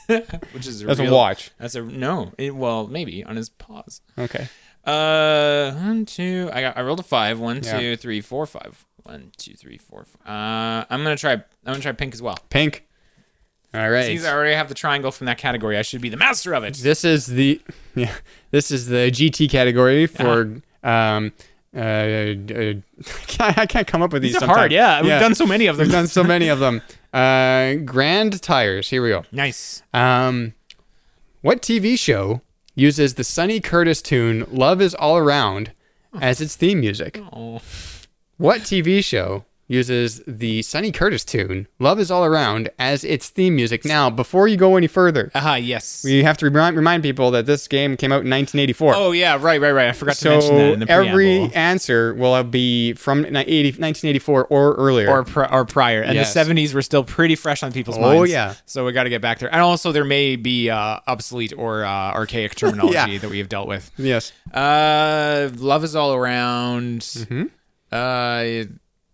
Which is a That's a real- watch. That's a no. It, well, maybe on his paws. Okay. Uh, one, two. I got. I rolled a five. One, Yeah. two, three, four, five. One, two, three, four. Five. Uh, I'm gonna try. I'm gonna try pink as well. Pink. All right. Since I already have the triangle from that category. I should be the master of it. This is the <laughs> yeah, this is the GT category Uh-huh. for um uh, uh <laughs> I can't come up with these. These are sometimes. hard. Yeah, we've done so many of them. We've done so many of <laughs> them. Uh, grand tires. Here we go. Nice. Um, what TV show uses the Sonny Curtis tune "Love Is All Around" as its theme music? Oh. What TV show uses the Sonny Curtis tune "Love Is All Around" as its theme music? Now, before you go any further, Ah, yes. we have to remind, remind people that this game came out in 1984. oh yeah, right, right, right. I forgot to mention that so in the preamble. every answer will be from ni- 80 1984 or earlier. or pr- or prior, and Yes. the '70s were still pretty fresh on people's Oh, minds. yeah. so we got to get back there. And also, there may be uh, obsolete or uh, archaic terminology <laughs> Yeah. that we have dealt with. yes. Uh, love is all around. Uh,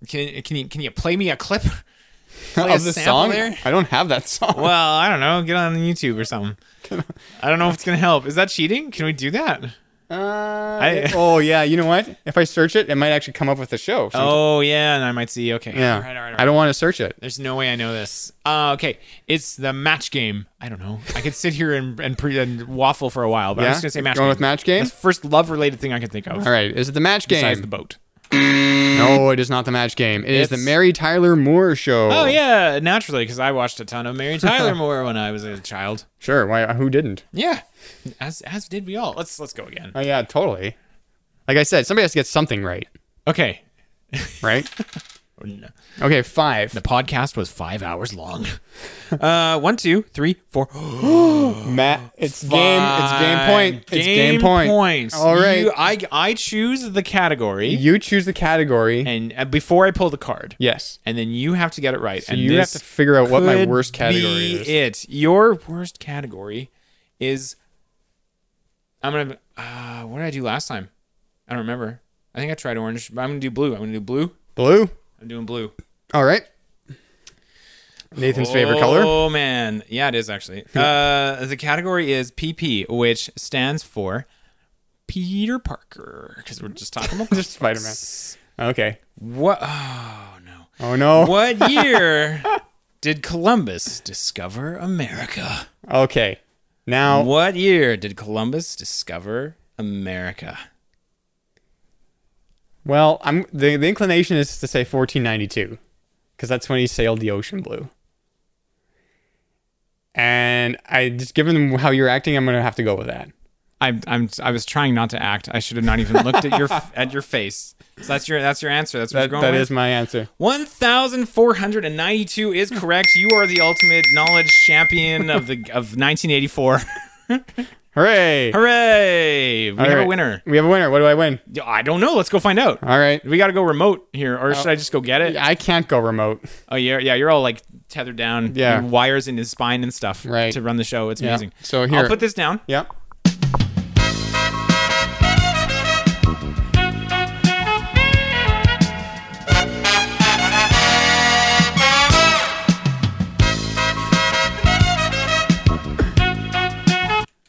can can you can you play me a clip? <laughs> Play of the song, I don't have that song. Well, I don't know. Get on YouTube or something. I don't know if it's gonna help. Is that cheating? Can we do that? Uh, <laughs> oh yeah, you know what? If I search it, it might actually come up with the show. Oh yeah, and I might see. Okay. yeah. All right, all right, all right. I don't want to search it. There's no way I know this. Uh, okay, it's the match game. I don't know. I could sit here and and, pre- and waffle for a while, but Yeah? I'm just gonna say match. Going game. with match game? That's the first love related thing I can think of. All right, is it the match Besides game? the boat. no, it is not the match game. It is the It's- Mary Tyler Moore show. Oh yeah, naturally, because I watched a ton of Mary <laughs> Tyler Moore when I was a child. Sure. Why? Who didn't? Yeah, as as did we all. Let's let's go again. Oh yeah, totally. Like I said, somebody has to get something right, Okay, <laughs> right? Okay, five. the podcast was five hours <laughs> long. Uh, one, two, three, <gasps> four. Matt, it's game. It's game point. It's Game game point. Points. All right. You- You, I I choose the category, choose the category. and uh, before I pull the card, yes. and then you have to get it right. and you have this to figure out what my could worst category be is. It your worst category is. I'm gonna. Uh, what did I do last time? I don't remember. I think I tried orange, but I'm gonna do blue. I'm gonna do blue. Blue. I'm doing blue. All right. Nathan's favorite color. Oh man, yeah, it is actually. Uh, the category is PP, which stands for Peter Parker, because we're just talking <laughs> about <laughs> Just Spider Man. Okay. what. Oh no. Oh no. <laughs> What year did Columbus discover America? Okay. Now What year did Columbus discover America? Well, I'm the, the inclination is to say 1492 because that's when he sailed the ocean blue. And I just given how you're acting, I'm gonna have to go with that. I'm, I'm I was trying not to act. I should have not even looked <laughs> at your at your face. So that's your that's your answer. That's what That you're going that with? is my answer. 1492 is correct. You are the ultimate knowledge champion of the of 1984. Hooray! <laughs> Hooray! We All have a right. winner. We have a winner. What do I win? I don't know. Let's go find out. All right. We got to go remote here, Uh, or should I just go get it? I can't go remote. Oh yeah, yeah. You're all like tethered down. Yeah. your wires in his spine and stuff. Right. To run the show, it's Yeah. amazing. So here- I'll put this down. Yeah.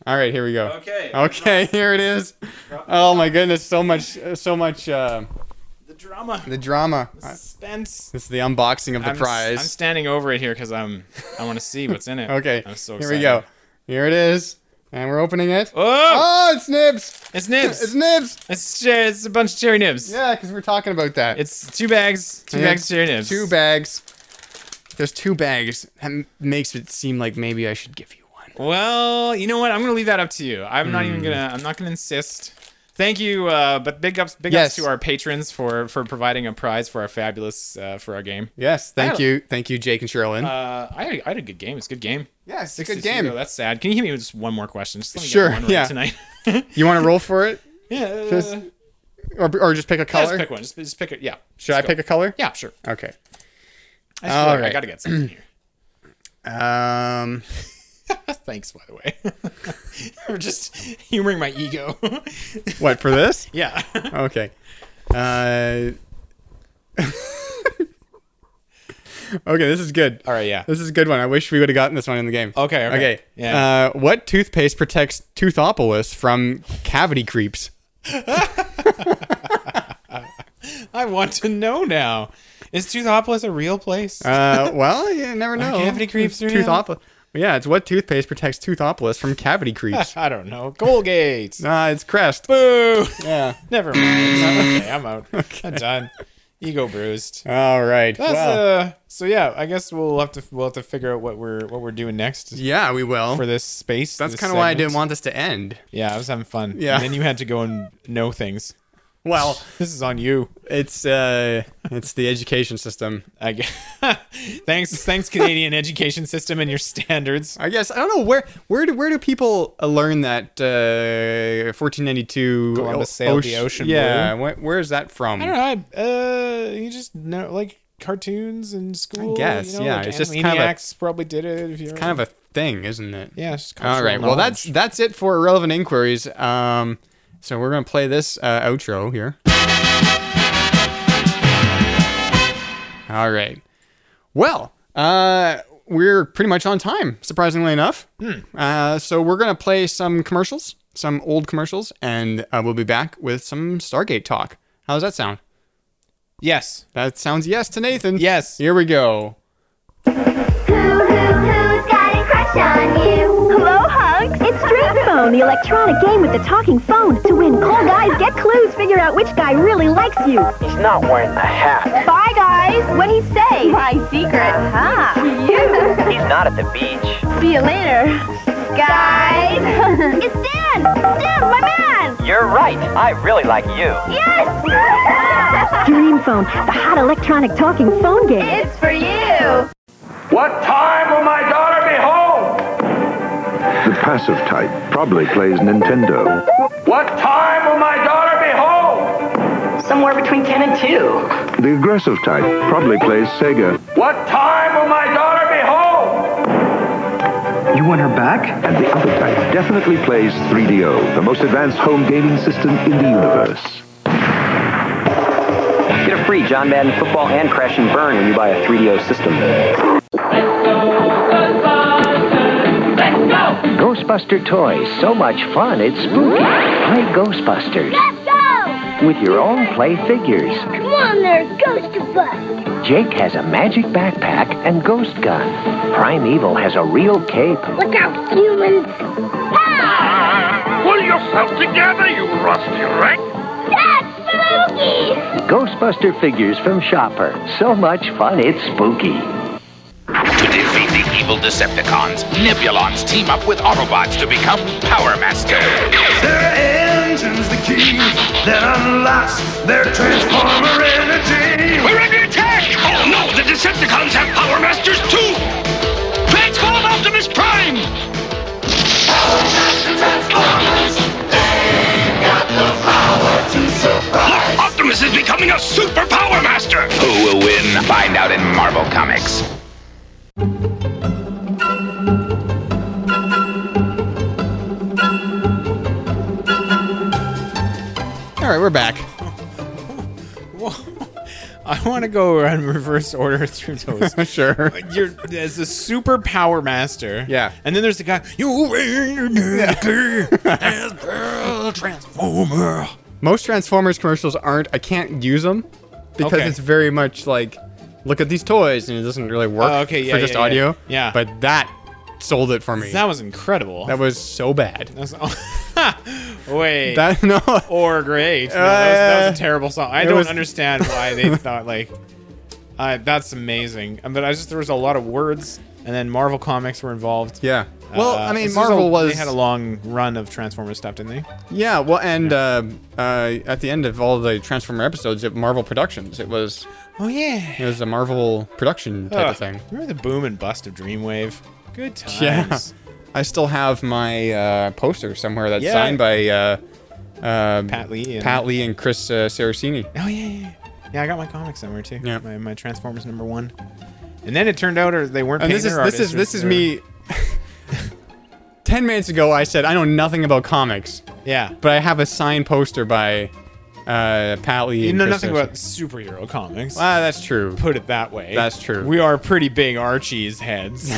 All right, here we go. Okay. Okay, <laughs> here it is. Oh my goodness, so much, so much. Uh, The drama, the drama. Uh, suspense. This is the unboxing of the I'm, I'm prize. standing over it here because I'm. I want to see what's in it. <laughs> Okay, I'm so here excited. we go. Here it is. And we're opening it. Oh, Oh, it's nibs. it's <laughs> nibs. It's nibs. It's, cher- it's a bunch of cherry nibs. Yeah, because we're talking about that. It's two bags. Two Yeah. bags of cherry nibs. Two bags. There's two bags. That m- makes it seem like maybe I should give you one. Well, you know what? I'm gonna leave that up to you. I'm not Hmm. even gonna. I'm not gonna insist. Thank you, uh, but big ups, big Yes. ups to our patrons for for providing a prize for our fabulous uh, for our game. Yes, I thank don't- you, thank you, Jake and Sherilyn. Oh. Uh, I, had, I had a good game. It's a good game. Yeah, it's a 60 good game. Though, that's sad. Can you give me just one more question? Just let me get Sure, one right yeah. <laughs> Tonight. <laughs> you want to roll for it, yeah. Just uh, or, or just pick a yeah, color? just pick one. Just, just pick it. Yeah. should I pick a color? Yeah, sure. Okay. I, feel All like I right. gotta get something <clears throat> here. Um. Thanks, by the way. <laughs> We're just humoring my ego. <laughs> What for this? yeah. Okay. Uh. <laughs> okay, this is good. All right. Yeah. This is a good one. I wish we would have gotten this one in the game. Okay, okay. Yeah. Yeah. Uh, what toothpaste protects Toothopolis from cavity creeps? I want to know now. Is Toothopolis a real place? Uh, well, you never know. cavity creeps real? Toothop- Yeah, it's what toothpaste protects Toothopolis from cavity <laughs> creeps. <laughs> I don't know. Colgate. Nah, it's Crest. Boo. Yeah. <laughs> <laughs> Never mind. okay, I'm out. I'm done. Ego bruised. All right. That's, well, uh, so yeah, I guess we'll have to we'll have to figure out what we're what we're doing next yeah, we will. for this space. That's this kind of why I segment. didn't want this to end. Yeah, I was having fun. Yeah. And then you had to go and know things. Well, This is on you. it's uh, it's the education system. I guess. <laughs> thanks, thanks, Canadian <laughs> education system and your standards. I guess I don't know where where do where do people uh, learn that uh, 1492 Columbus o- sailed oce- the ocean Yeah, wh- where is that from? I don't know. I, uh, you just know like cartoons in school. guess, You know, yeah, Like it's just kind of a- Animaniacs probably did it. If you're Kind of a thing, isn't it? yeah. It's just All right. cultural Well, that's knowledge. that's it for irrelevant inquiries. Um, so we're gonna play this uh, outro here. All right. Well, uh, we're pretty much on time, surprisingly enough. Hmm. Uh, so we're gonna play some commercials, some old commercials, and uh, we'll be back with some Stargate talk. How does that sound? yes, That sounds yes to Nathan. yes. Here we go. Who, who, who's got a crush on you? Hello, Hunk. It's Dream Phone, the electronic game with the talking phone. To win, call guys, get clues, figure out which guy really likes you. He's not wearing a hat. Bye, guys. What he say? Uh-huh. My secret. Huh? You. He's not at the beach. See you later, <laughs> guys. It's Dan! Dan, my man! You're right. I really like you. <laughs> Yes! Dream Phone, the hot electronic talking phone game. it's for you. What time will my daughter be home? The passive type probably plays Nintendo. What time will my daughter be home? Somewhere between 10 and 2. The aggressive type probably plays Sega. What time will my daughter be home? You want her back? And the other type definitely plays 3DO, the most advanced home gaming system in the universe. Get a free John Madden football and crash and burn when you buy a 3DO system. Ghostbuster toys, so much fun, it's spooky. Play Ghostbusters Let's go! with your own play figures. Come on there, Ghost of Bus! Jake has a magic backpack and ghost gun. Primeval has a real cape. Look out, humans! Ha! Pull yourself together, you rusty wreck. That's spooky! Ghostbuster figures from Shopper, so much fun, it's spooky. Defeat the evil Decepticons. Nebulons team up with Autobots to become Power Masters. Their engine's the key that unlocks their transformer energy. We're under attack! Oh no, the Decepticons have Power Masters too! Transform Optimus Prime! Look, Optimus is becoming a super Power Master! Who will win? Find out in Marvel Comics. All right, we're back. <laughs> I want to go in reverse order through those. <laughs> sure. You're there's a super power master. Yeah. And then there's the guy. <laughs> You transformer. Most Transformers commercials aren't. I can't use them because Okay. it's very much like, look at these toys, and it doesn't really work Oh, okay, yeah, for just yeah, yeah. audio. Yeah. But that sold it for me. That was incredible. That was so <laughs> bad. That was, <laughs> wait. That <laughs> no. or great. No, that, was, that was a Uh, terrible song. I it don't was- understand why <laughs> they thought like uh, that's amazing. Uh, But I just there was a lot of words, and then Marvel comics were involved. Yeah. Well, I mean, it's just Marvel Uh, a, was- they had a long run of Transformers stuff, didn't they? Yeah, well, and Uh, uh, at the end of all the Transformer episodes at Marvel Productions, it was Oh yeah. it was a Marvel production type Ugh. of thing. Remember the boom and bust of Dreamwave? Good times. Yeah, I still have my uh, poster somewhere that's Yeah. signed by uh, uh, Pat Lee and- Pat Lee and Chris uh, Saracini. <laughs> Oh yeah, yeah, yeah. Yeah, I got my comics somewhere too. Yeah. My, my Transformers number one. And then it turned out, or they weren't. And this is painter this is artists this is or- or- <laughs> me. <laughs> Ten minutes ago, I said I know nothing about comics, Yeah. but I have a signed poster by uh, Pat Lee. You and know Chris nothing Saracini. about superhero comics. Ah, that's true. put it that way. That's true. We are pretty big <laughs> Archie's heads.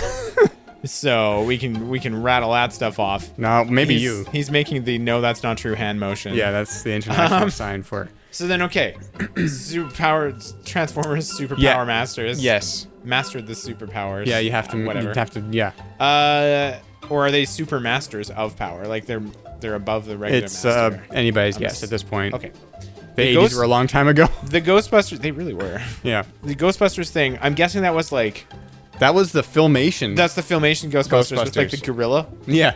so we can we can rattle that stuff off. No, maybe He's- you. He's making the no that's not true hand motion. Yeah, that's the Um, international sign <laughs> for. So then okay. <clears throat> superpower Transformers Superpower Yeah. Masters. Yes. Mastered the superpowers. Yeah, you have to. Uh, Whatever. whatever. You have to. Yeah. uh or are they super masters of power? Like they're they're above the regular it's uh, master. anybody's I'm guess s- at this point. okay. The It eighties goes- were a long time ago. <laughs> The Ghostbusters they really were. <laughs> yeah. The Ghostbusters thing, I'm guessing that was like That was the filmation. that's the filmation Ghostbusters, with like the Ghostbusters. gorilla yeah. or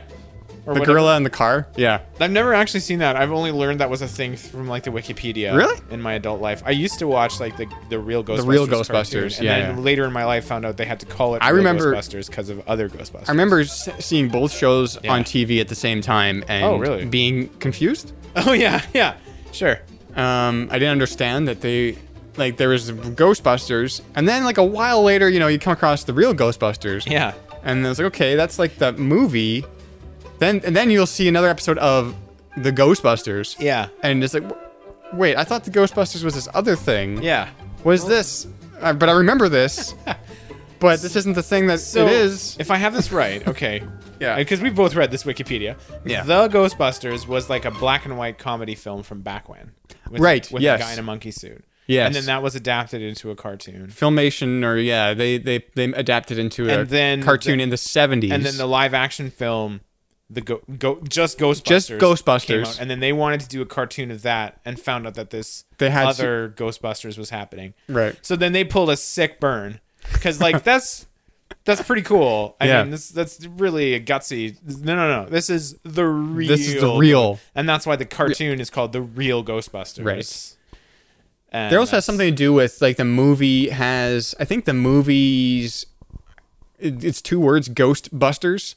the whatever. gorilla in the car. Yeah. I've never actually seen that. I've only learned that was a thing from like the Wikipedia. Really? In my adult life, I used to watch like the the real Ghostbusters. real cartoon, Ghostbusters, And yeah, then yeah. later in my life, found out they had to call it. I real remember- Ghostbusters because of other Ghostbusters. I remember s- seeing both shows Yeah. on TV at the same time and Oh, really? being confused. <laughs> Oh yeah, yeah, sure. Um, I didn't understand that they like there was Ghostbusters, and then like a while later, you know, you come across the real Ghostbusters. Yeah. And then it's like, okay, that's like the movie. Then and then you'll see another episode of the Ghostbusters. Yeah. And it's like, wh- wait, I thought the Ghostbusters was this other thing. Yeah. Was this? Uh, but I remember <laughs> this. but this isn't the thing that So it is. If I have this right, okay. <laughs> Yeah. Because we both read this Wikipedia. Yeah. The Ghostbusters was like a black and white comedy film from back when. With, Right, With yes. a guy in a monkey suit. Yes. And then that was adapted into a cartoon. Filmation, or yeah, they they they adapted into a And then cartoon the- in the seventies. and then the live action film the go, go just ghostbusters Just Ghostbusters. came out, and then they wanted to do a cartoon of that and found out that this They had to- other ghostbusters was happening Right. so then they pulled a sick burn <laughs> because like that's that's pretty cool i Yeah. mean this that's really a gutsy no no no this is the real This is the real. and that's why the cartoon is called the real ghostbusters Right. And There also that's- has something to do with like the movie has. I think the movies. it- It's two words, Ghostbusters.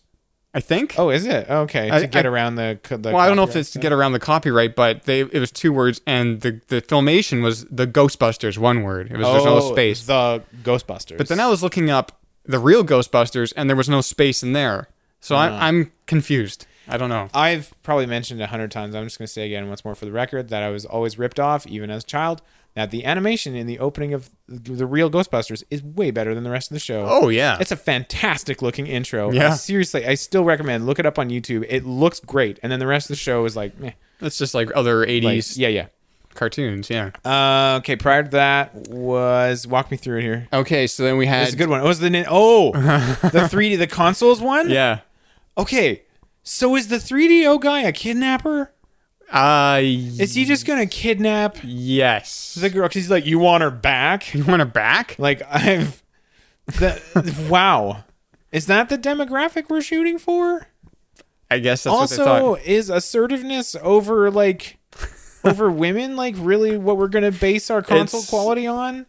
I think. oh is it okay I- to get I- around the, the Well, I don't know if it's to get around the copyright, but they it was two words, and the the filmation was the Ghostbusters, one word. It was there's no space. Oh, the ghostbusters But then I was looking up the real Ghostbusters, and there was no space in there, so Uh-huh. I'm I'm confused. I don't know. I've probably mentioned a hundred times. I'm just going to say again once more for the record that I was always ripped off, even as a child. That the animation in the opening of the real Ghostbusters is way better than the rest of the show. Oh, yeah. it's a fantastic looking intro. Yeah. I seriously, I still recommend look it up on YouTube. It looks great, and then the rest of the show is like, meh, That's just like other '80s like, yeah, yeah. cartoons. Yeah. Uh, okay, prior to that was walk me through it here. Okay, so then we had. It's a good one. It was the nin- <laughs> oh the 3D the consoles one. <laughs> Yeah. Okay, so is the 3DO guy a kidnapper? Uh. Is he just gonna kidnap yes. the girl? Cause he's like, <laughs> you want her back? you want her back? Like I've, that wow, is that the demographic we're shooting for? I guess that's what they also, thought. is assertiveness over like <laughs> over women like really what we're gonna base our console It's- quality on?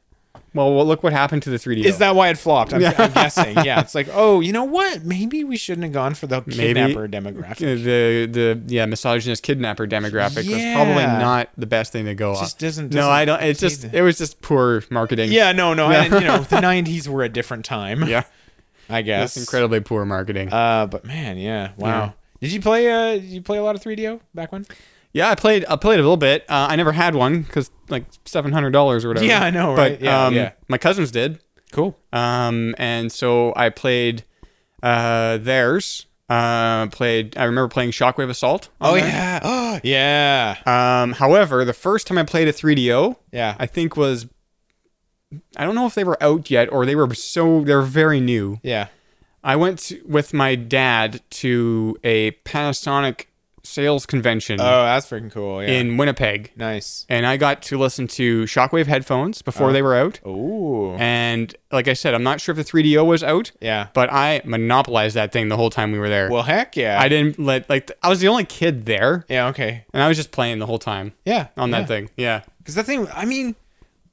Well, well, look what happened to the 3D. Is that why it flopped? I'm, <laughs> I'm guessing. Yeah, it's like, oh, you know what? Maybe we shouldn't have gone for the kidnapper demographic. Uh, the the yeah misogynist kidnapper demographic was probably Yeah. not the best thing to go off. Just doesn't- no, doesn't- I don't. It's just doesn't- it was just poor marketing. Yeah, no, no, and, <laughs> you know, the '90s were a different time. yeah. I guess That's incredibly poor marketing. Uh, but man, yeah, wow. Did you play? Uh, did you play a lot of 3DO back when? yeah, I played. I played a little bit. Uh, I never had one because like seven hundred dollars or whatever. Yeah, I know, right? But Yeah, um, yeah. my cousins did, Cool. um, and so I played uh, theirs. Uh, played. I remember playing Shockwave Assault. on Oh there. yeah. Oh yeah. Um, however, the first time I played a 3DO, Yeah. I think was I don't know if they were out yet or they were so they were very new. yeah. I went to- with my dad to a Panasonic sales convention Oh, that's freaking cool. Yeah. Mm. in Winnipeg. nice. And I got to listen to Shockwave headphones before Uh-huh. they were out. Ooh. And like I said, I'm not sure if the 3DO was out. Yeah. But I monopolized that thing the whole time we were there. well, heck yeah. I didn't let like I was the only kid there, Yeah. Okay. and I was just playing the whole time. Yeah. On that thing. Yeah. Because that thing. I mean,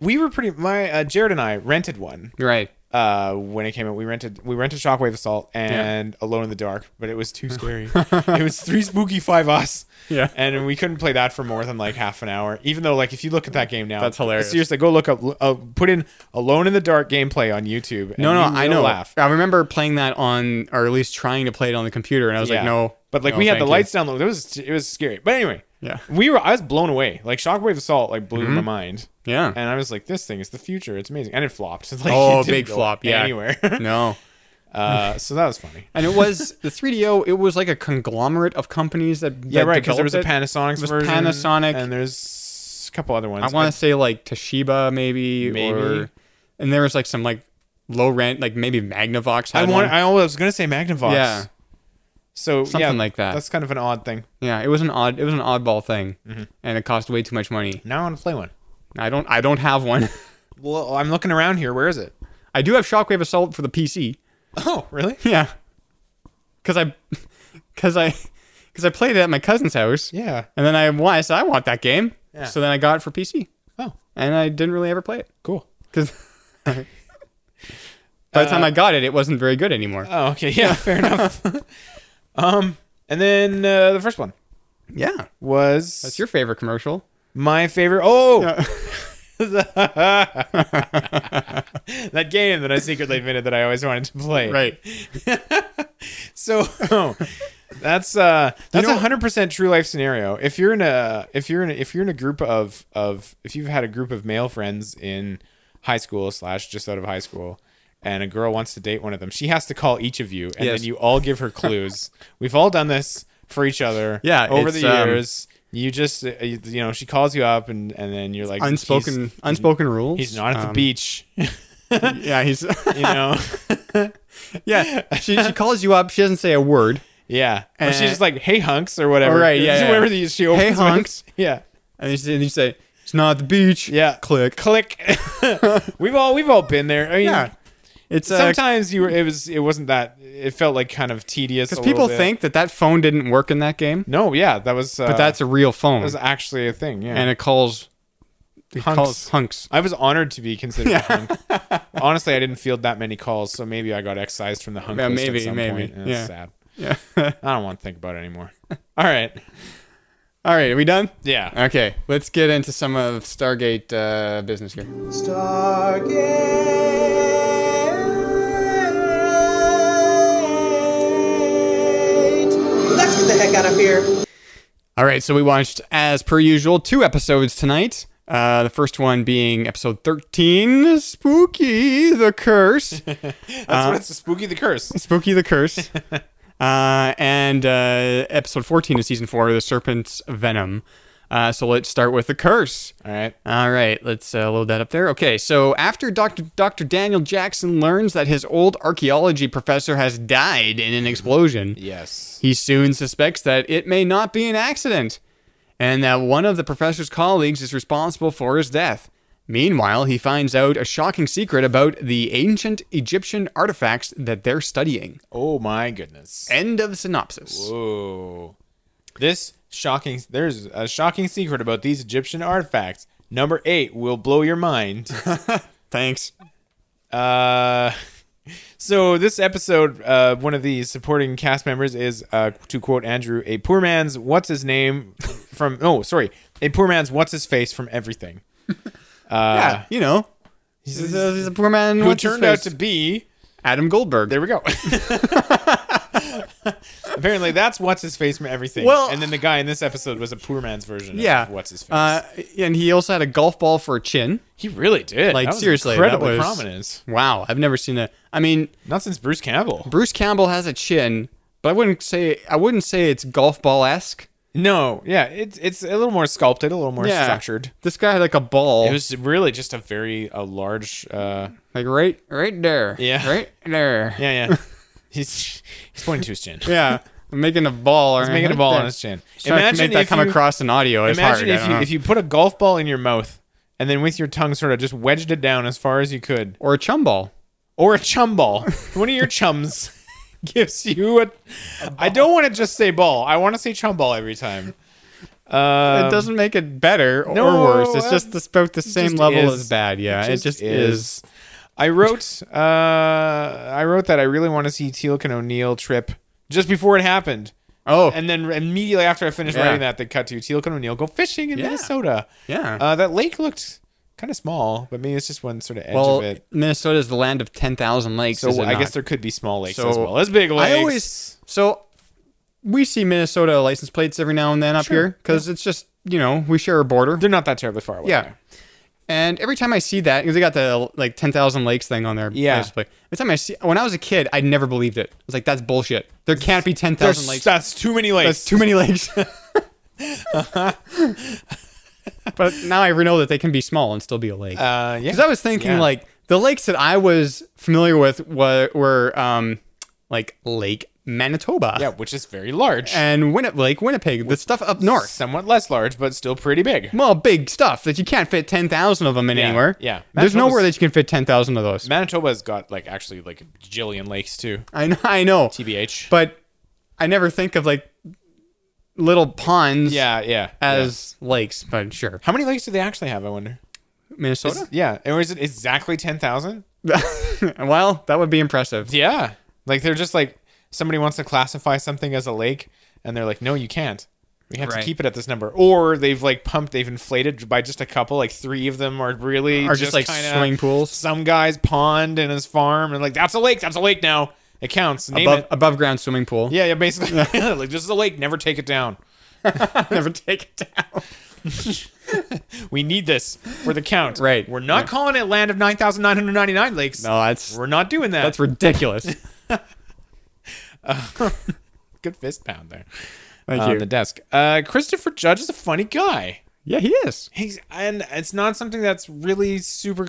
we were pretty. My uh, Jared and I rented one. You're right. uh, when it came out. We rented we rented Shockwave Assault and Alone in the Dark, but it <laughs> was too scary. it was three spooky five us. Yeah. and we couldn't play that for more than like half an hour. Even though, like, if you look at that game now, That's hilarious. Seriously, go look up, uh, put in Alone in the Dark gameplay on YouTube. and No, no, you I will know. Laugh. I remember playing that on, or at least trying to play it on the computer, and I was Yeah. like, no. But like no, we had the thank you. lights down low. It was it was scary. But anyway, Yeah. Mm-hmm. we were. I was blown away. Like Shockwave Assault like blew my mind. Yeah. and <laughs> I was like, this thing is the future. It's amazing, and it flopped. <laughs> Like, Oh, it didn't big go flop. Yeah. anywhere. <laughs> no. uh, so that was <laughs> funny. And it was the 3DO. It was like a conglomerate of companies that, Yeah, that right. Because there was a developed it. Panasonic It was version. Panasonic. and there's a couple other ones. I want but- to say like Toshiba maybe, Maybe. or and there was like some like low rent, like maybe Magnavox I had want. one. I always was gonna say Magnavox. yeah, So Something yeah, like that. That's kind of an odd thing. yeah. It was an odd. It was an oddball thing, Mm-hmm. and it cost way too much money. Now I want to play one. I don't. I don't have one. <laughs> Well, I'm looking around here. Where is it? <laughs> I do have Shockwave Assault for the PC. Oh, really? <laughs> Yeah, because I, <laughs> because I, because I played it at my cousin's house. Yeah. And then I, wa- I said I want that game. Yeah. So then I got it for PC, Oh, and I didn't really ever play it cool. <laughs> Uh, because. By the time I got it, it wasn't very good anymore. Oh, okay. Yeah, fair enough. um, and then uh, the first one yeah, was that's your favorite commercial. my favorite. Oh. <laughs> that game that I secretly admitted that I always wanted to play. Right. So that's uh Oh. that's know- a hundred percent true life scenario. If you're in a if you're in a, if you're in a group of of if you've had a group of male friends in high school slash just out of high school, and a girl wants to date one of them, she has to call each of you, and Yes. then you all <laughs> give her clues. We've all done this for each other. Yeah, over it's, the um, years. you just uh, you you know she calls you up and and then you're like Unspoken, he's- unspoken rules. He's not at the Um, beach, <laughs> you <laughs> Yeah, he's. <laughs> know. yeah, <laughs> she, she calls you up. She doesn't say a word, yeah, or Uh, she's just like, "Hey, hunks," or whatever. Oh, right, yeah, yeah. Whatever the- she Hey, opens with. hunks. <laughs> Yeah. and then she- and you say it's not at the beach. Yeah. click. click. <laughs> we've all we've all been there. I mean, Yeah, it's uh, sometimes you were it was it wasn't that it felt like kind of tedious Because a people little bit. think that that phone didn't work in that game, no, yeah, that was uh, but that's a real phone, that was actually a thing. Yeah, and it calls it Hunks. calls hunks. I was honored to be considered. <laughs> a hunk. Honestly, I didn't field that many calls, so maybe I got excised from the hunk. Yeah, list at maybe, some maybe. point, and that's Yeah. sad. Yeah. <laughs> I don't want to think about it anymore. <laughs> All right, All right, are we done? yeah. Okay, let's get into some of Stargate uh, business here. Let's get the heck out of here. All right, so we watched, as per usual, two episodes tonight. Uh, the first one being episode 13, Spooky the Curse. That's what it's spooky the <laughs> curse. Spooky the Curse. Uh, and uh, episode 14 of season four, The Serpent's Venom. Uh, so let's start with the curse. All right. All right, let's uh, load that up there. Okay, so after Dr. Dr. Daniel Jackson learns that his old archaeology professor has died in an explosion, Yes. he soon suspects that it may not be an accident and that one of the professor's colleagues is responsible for his death. Meanwhile, he finds out a shocking secret about the ancient Egyptian artifacts that they're studying. Oh my goodness. End of synopsis. Whoa. This shocking there's a shocking secret about these Egyptian artifacts. Number 8 will blow <laughs> your mind. Thanks. uh so this episode uh one of the supporting cast members is uh to quote Andrew, a poor man's what's his name from oh, sorry. A poor man's what's his face from everything. yeah, you know, he's a, he's a poor man Uh, Who what's his turned out face? to be Adam Goldberg. There we go. Apparently, that's what's his face from everything. Well- and then the guy in this episode was a poor man's version. yeah. of what's his face? <laughs> Uh, and he also had a golf ball for a chin. He really did. Like That was seriously, incredibly that was prominent. Wow, I've never seen that. I mean, Not since Bruce Campbell. Bruce Campbell has a chin, but I wouldn't say I wouldn't say it's golf ball esque. No, yeah, it's it's a little more sculpted, a little more structured. This guy had like a ball. It was really just a very a large. uh like right, right there. Yeah. right there. <laughs> Yeah, yeah. He's he's pointing to his chin. Yeah, I'm making a ball. He's making a ball on his chin. Trying Imagine to make that if come you- across in audio is hard. Imagine I if don't you, know. if you put a golf ball in your mouth and then with your tongue sort of just wedged it down as far as you could. Or a chum ball. Or a chum ball. <laughs> One of your <laughs> chums gives you a. I I don't want to just say ball. I want to say chum ball every time. Uh, it doesn't make it better no, or worse. It's uh, just this- about the same just level is. as bad. Yeah, it just, is. I wrote, uh, I wrote that I really want to see Teal'c and O'Neill trip just before it happened. Oh. and then immediately after I finished Yeah. writing that, they cut to Teal'c and O'Neill go fishing in Yeah. Minnesota. Yeah. uh, that lake looked kind of small, but maybe it's just one sort of edge well, of it. Minnesota is the land of ten thousand lakes. So is it I not? guess there could be small lakes So as well as big lakes. I always so we see Minnesota license plates every now and then up Sure, here because it's just you know we share a border. they're not that terribly far away. Yeah. And every time I see that, because they got the like ten thousand lakes thing on their Yeah. license plate. Every time I see, when I was a kid, I never believed it. I was like, "That's bullshit. There can't be ten thousand There's, lakes. that's too many lakes. That's too many <laughs> lakes." <laughs> but now I know that they can be small and still be a lake. Uh, yeah. Because I was thinking Yeah. like the lakes that I was familiar with were, were um like Lake Manitoba. yeah, which is very large. And Winni- Lake Winnipeg, the stuff up north. Somewhat less large, but still pretty big. Well, big stuff that you can't fit ten thousand of them in Yeah, anywhere. yeah. There's Manitoba's- nowhere that you can fit ten thousand of those. Manitoba's got like actually like a jillion lakes too. I know, I know. TBH. But I never think of like little ponds yeah, yeah. yeah. as lakes, but sure. how many lakes do they actually have? I wonder. Minnesota? Yeah, and is it exactly ten thousand? <laughs> well, that would be impressive. Yeah, like they're just like somebody wants to classify something as a lake, and they're like, no, you can't. We have to Right. keep it at this number, or they've like pumped, they've inflated by just a couple. Like three of them are really Are just, like kinda swimming pools. Some guy's pond and his farm, and like that's a lake, that's a lake now. It counts. Name above it. above ground swimming pool. Yeah, yeah, basically. <laughs> like this is a lake. Never take it down. <laughs> never take it down. We need this for the count. Right. We're not Yeah. calling it land of nine thousand nine hundred ninety nine lakes. No, that's We're not doing <laughs> that. that's ridiculous. good fist pound there Thank on you. the desk. Uh, Christopher Judge is a funny guy. yeah, he is. He's and it's not something that's really super.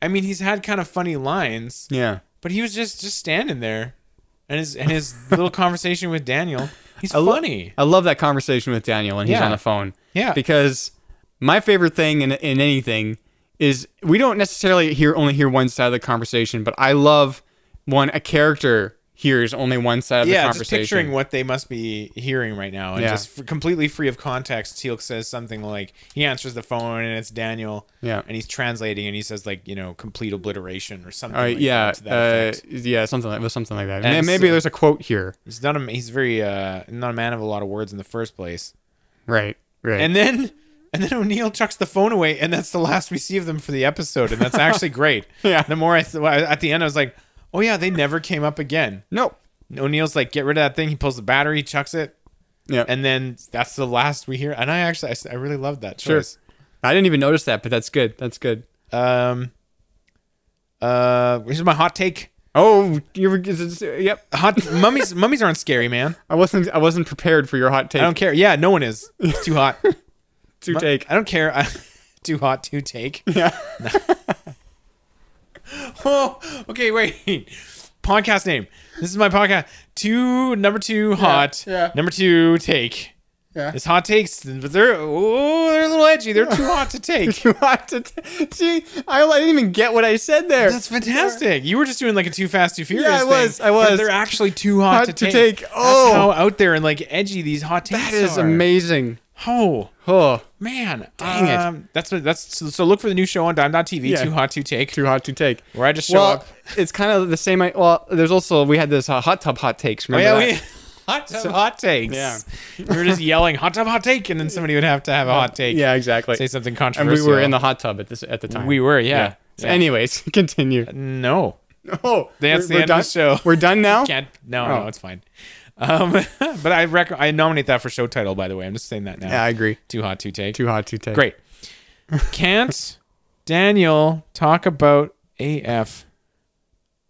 I mean, he's had kind of funny lines, Yeah. but he was just just standing there, and his and <laughs> his little conversation with Daniel. He's lo- funny. I love that conversation with Daniel when he's Yeah. on the phone. Yeah. Because my favorite thing in, in anything is we don't necessarily hear only hear one side of the conversation, but I love when a character hears only one side of the yeah, just conversation. picturing what they must be hearing right now, and Yeah. just f- completely free of context. Teal'c says something like he answers the phone, and it's Daniel. Yeah. and he's translating, and he says like you know complete obliteration or something. All right, Uh, like yeah, that, to that uh, effect. yeah, something like something like that. And May- Maybe so- there's a quote here, He's not a he's very uh not a man of a lot of words in the first place. right? Right. And then and then O'Neill chucks the phone away, and that's the last we see of them for the episode, and that's <laughs> actually great. Yeah. The more I th- at the end, I was like, oh yeah, they never came up again. no, O'Neill's like, get rid of that thing. He pulls the battery, chucks it, yeah, and then that's the last we hear. And I actually I, s- I really loved that sure. choice. I didn't even notice that, but that's good. That's good. Um. Uh, here's my hot take. Oh, you were, is it- yep. Hot mummies, mummies aren't scary, man. I wasn't, I wasn't prepared for your hot take. I don't care. Yeah, no one is. It's <laughs> too hot. to take. <laughs> I don't care. I, <laughs> too hot to take. Yeah. <laughs> oh, okay, wait. Podcast name. This is my podcast. Two number two hot. yeah. Number two take. Yeah. It's hot takes, but they're oh they're a little edgy. They're too hot <laughs> to take. you have to t- see. I, I didn't even get what I said there. That's fantastic. You were just doing like a too fast, too furious. Yeah, I thing, was, I but was. They're actually too hot, to, take. Oh. That's how out there and like edgy these hot takes. That is are. amazing. Oh Oh, man, Dang it. um, it. That's what- that's so, so look for the new show on Dime.tv. Yeah. Too hot to take. too hot to take. Where I just show well, up. it's kind of the same. I, well, there's also we had this uh, hot tub hot takes. Oh, Remember yeah, <laughs> that? we, hot tub hot takes. Yeah. we were just yelling hot tub hot take, and then somebody would have to have a hot take. yeah, exactly. say something and controversial. we were in the hot tub at this at the time. We were, yeah. So Yeah. anyways, <laughs> continue. no. Oh, That's the we're end of done. the show. We're done now. Can't no Oh. no it's fine. Um, <laughs> but I rec- I nominate that for show title by the way. I'm just saying that now. Yeah, I agree. Too hot, too take. Too hot to take. <laughs> Great. Can't Daniel talk about AF?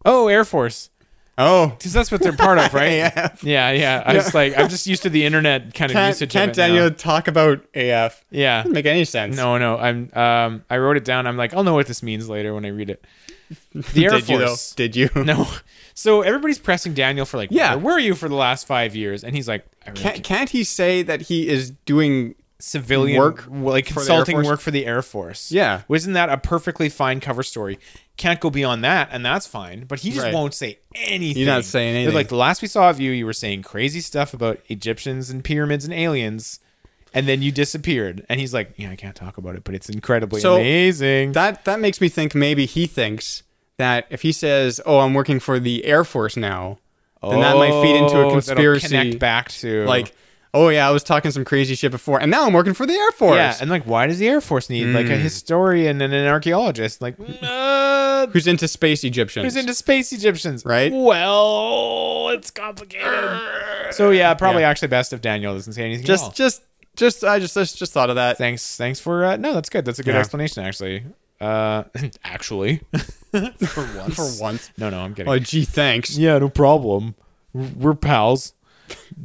Oh, Air Force. Oh, Because that's what they're <laughs> part of, right? AF. Yeah, yeah. I was like, I'm just used to the internet kind of can't, usage. can't of it now. Daniel talk about AF? Yeah. Doesn't make any sense. No, no. I'm um I wrote it down. I'm like, I'll know what this means later when I read it. The <laughs> Air Did you, though? Force. Did you? No. <laughs> So everybody's pressing Daniel for like, Yeah. where were you for the last five years? And he's like, I really Can't, can't he say that he is doing civilian work work, like for the Air consulting Force? work for the Air Force. Yeah. wasn't that a perfectly fine cover story? Can't go beyond that, and that's fine. But he just Right. won't say anything. You're not saying They're anything. like the last we saw of you, you were saying crazy stuff about Egyptians and pyramids and aliens, and then you disappeared. And he's like, yeah, I can't talk about it, but it's incredibly So, amazing. that that makes me think maybe he thinks that if he says, "Oh, I'm working for the Air Force now," then that might feed into a Oh, that'll conspiracy Connect back to like, "Oh yeah, I was talking some crazy shit before, and now I'm working for the Air Force." yeah, and like why does the Air Force need like Hmm. a historian and an <laughs> archaeologist? Like, uh, who's into space Egyptians? Who's into space Egyptians? Right? Well, it's complicated. So yeah, probably Yeah. actually best if Daniel doesn't say anything. at all. just just just I just just, just thought of that. thanks, thanks for uh, no, that's good. That's a good Yeah. explanation, actually. Uh, <laughs> actually, for once, For once. No, no, I'm kidding. Oh, gee, thanks. yeah, no problem. We're pals.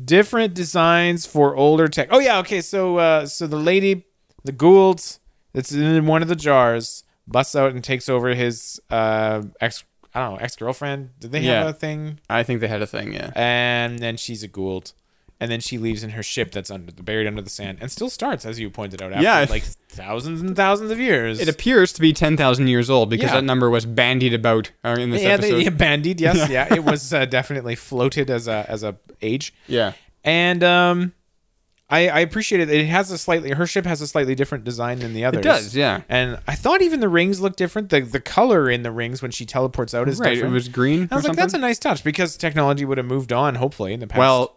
Different designs for older tech. Oh yeah, okay. So uh, so the lady, the Gould, that's in one of the jars, busts out and takes over his uh ex. I don't know, ex girlfriend. Did they Yeah. have a thing? I think they had a thing. Yeah. and then she's a Gould, and then she leaves in her ship that's under buried under the sand, and still starts as you pointed out after Yeah, if- like thousands and thousands of years. It appears to be ten thousand years old because Yeah. that number was bandied about uh, in this yeah, episode. they, yeah, bandied. <laughs> Yes, yeah, it was uh, definitely floated as a as a age. Yeah. and um, I I appreciate it. It has a slightly her ship has a slightly different design than the others. does, yeah. And I thought even the rings look different. The the color in the rings when she teleports out is Right, it different. was green I or was like, that's a something? nice touch because technology would have moved on hopefully in the past. Well,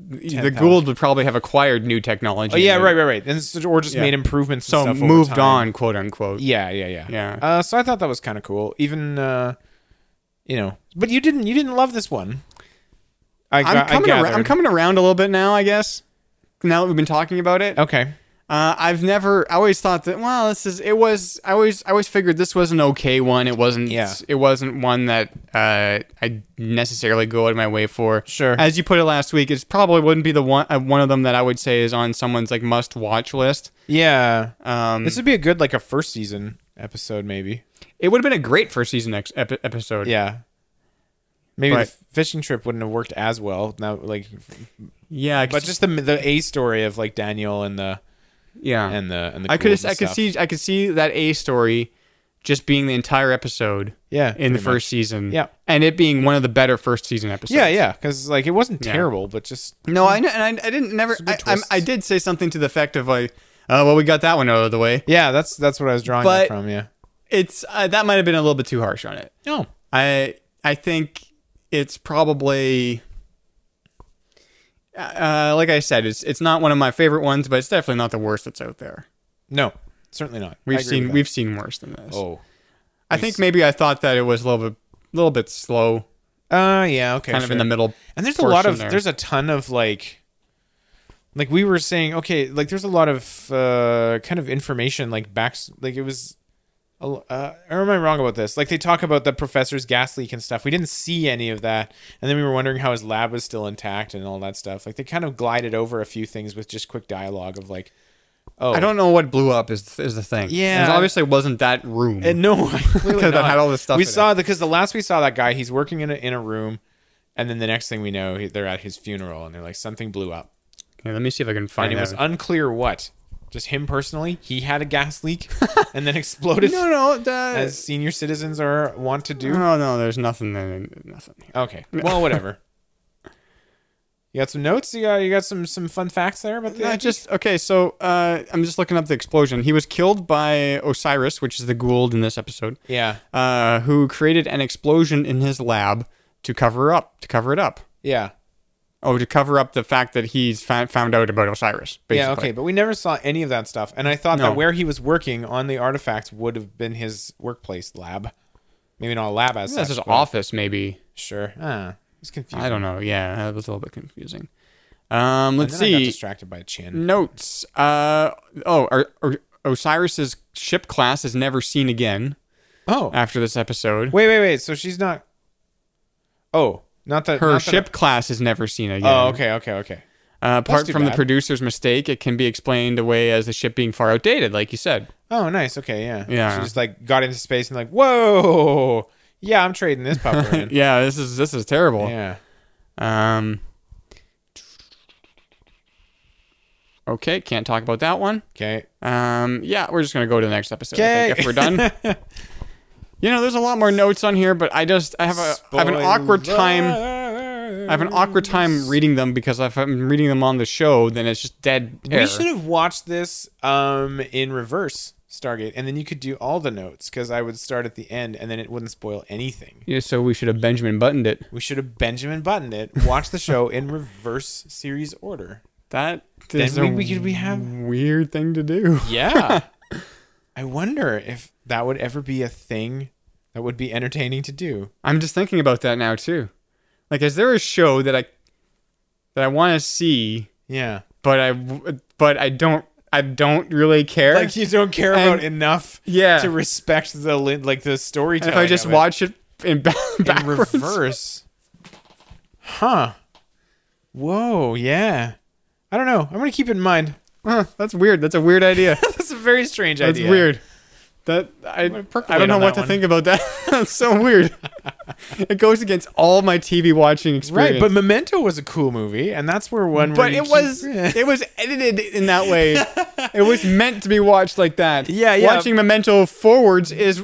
the Gould would probably have acquired new technology. Oh yeah, and- right, right, right. And so, or just Yeah. made improvements. So and stuff over moved time. on, quote unquote. Yeah, yeah, yeah, Yeah. Uh, so I thought that was kind of cool. Even, uh, you know, but you didn't, you didn't love this one. I, I'm got- I coming. Around, gathered. I'm coming around a little bit now, I guess. Now that we've been talking about it, Okay. uh, I've never. I always thought that. Well, this is. It was. I always. I always figured this was an okay one. It wasn't. Yeah. It wasn't one that uh, I necessarily go out of my way for. Sure. As you put it last week, it probably wouldn't be the one. Uh, one of them that I would say is on someone's like must watch list. Yeah. Um, this would be a good like a first season episode maybe. it would have been a great first season ex- epi episode. Yeah. Maybe But- the fishing trip wouldn't have worked as well. Now, like, Yeah. but just the the a story of like Daniel and the yeah. and the and the I could ghouls and I could stuff. see I could see that A story just being the entire episode Yeah, in the pretty first season. Yeah. And it being one of the better first season episodes. yeah yeah because like it wasn't Yeah. terrible but just No, I kn- and I, I didn't never Some I, good I'm- I twists. did say something to the effect of like, oh well we got that one out of the way. yeah that's that's what I was drawing But- it from yeah It's uh, that might have been a little bit too harsh on it. no I I think it's probably uh, like I said, it's it's not one of my favorite ones, but it's definitely not the worst that's out there. No, certainly not. I We've agree seen with we've seen worse than this. that. Oh. I think maybe I thought that it was a little bit little bit slow, Uh yeah, okay. kind of in sure. the middle. And there's a lot portion of there. there's a ton of like like we were saying, okay, like there's a lot of uh kind of information like back like it was a l- uh, or am I wrong about this? Like they talk about the professor's gas leak and stuff. We didn't see any of that, and then we were wondering how his lab was still intact and all that stuff. Like they kind of glided over a few things with just quick dialogue of like, oh, I don't know what blew up is is the thing. Yeah. it obviously wasn't that room. And <laughs> no, because Because <laughs> that had all this stuff We in it. saw because the last we saw that guy, he's working in a in a room, and then the next thing we know, he, they're at his funeral, and they're like something blew up, Here, let me see if I can and find it was out. unclear what. Just him personally, he had a <laughs> gas leak, and then exploded. no, no, that, as senior citizens are want to do. no, no. There's nothing there. Nothing. Here. Okay, <laughs> well, whatever. You got some notes. You got you got some some fun facts there about the No, just okay. So uh, I'm just looking up the explosion. He was killed by Osiris, which is the Gould in this episode. yeah Uh, who created an explosion in his lab to cover up to cover it up. yeah Oh, to cover up the fact that he's fa- found out about Osiris. Basically. yeah okay. But we never saw any of that stuff, and I thought No. that where he was working on the artifacts would have been his workplace lab. Maybe not a lab as That's such, his but- office, maybe. Sure. Ah, it's confusing. I don't know. Yeah, that was a little bit confusing. Um, And let's then I got see Mm. distracted by Chin. notes. Uh, oh, are, are, Osiris's ship class is never seen again Oh, after this episode. wait, wait, wait. So she's not. Oh, not that Her not that- ship class is never seen again. Oh, okay, okay, okay. Uh, apart too from the bad. producer's mistake, it can be explained away as the ship being far outdated, like you said. Oh, nice. Okay, yeah. Yeah. She just like got into space and like, whoa, yeah, I'm trading this <laughs> pupper in. yeah, this is this is terrible. Yeah. Um. Okay, can't talk about that one. Okay. Um. Yeah, we're just gonna go to the next episode. I think, Okay. if we're <laughs> done. you know, there's a lot more notes on here, but I just I have a I have an awkward time. I have an awkward time reading them because if I'm reading them on the show, then it's just dead air. We should have watched this um in reverse Stargate, and then you could do all the notes because I would start at the end, and then it wouldn't spoil anything. Yeah, so we should have Benjamin buttoned it. We should have Benjamin buttoned it. Watch the show in reverse series order. That Then is we, a we could we have weird thing to do. yeah. I wonder if that would ever be a thing that would be entertaining to do. I'm just thinking about that now too. Like, is there a show that I that I want to see, Yeah. but I w- but I don't I don't really care. Like you don't care And- about enough yeah. to respect the li- like the And storytelling. if I just of it watch it in, <laughs> ba- in backwards, reverse. Huh. Whoa, yeah. I don't know. I'm going to keep it in mind. <laughs> Huh, that's weird. <laughs> That's a weird <laughs> idea. That's a very strange That's idea. weird. That I, gonna I percolate don't know on what that to one. think about that. <laughs> That's so <laughs> weird. it goes against all my TV watching experience. Right, but Memento was a cool movie, and that's where one. where but you it keep- <laughs> was it was edited in that way. it was meant to be watched like that. Yeah, yeah. Watching Memento forwards is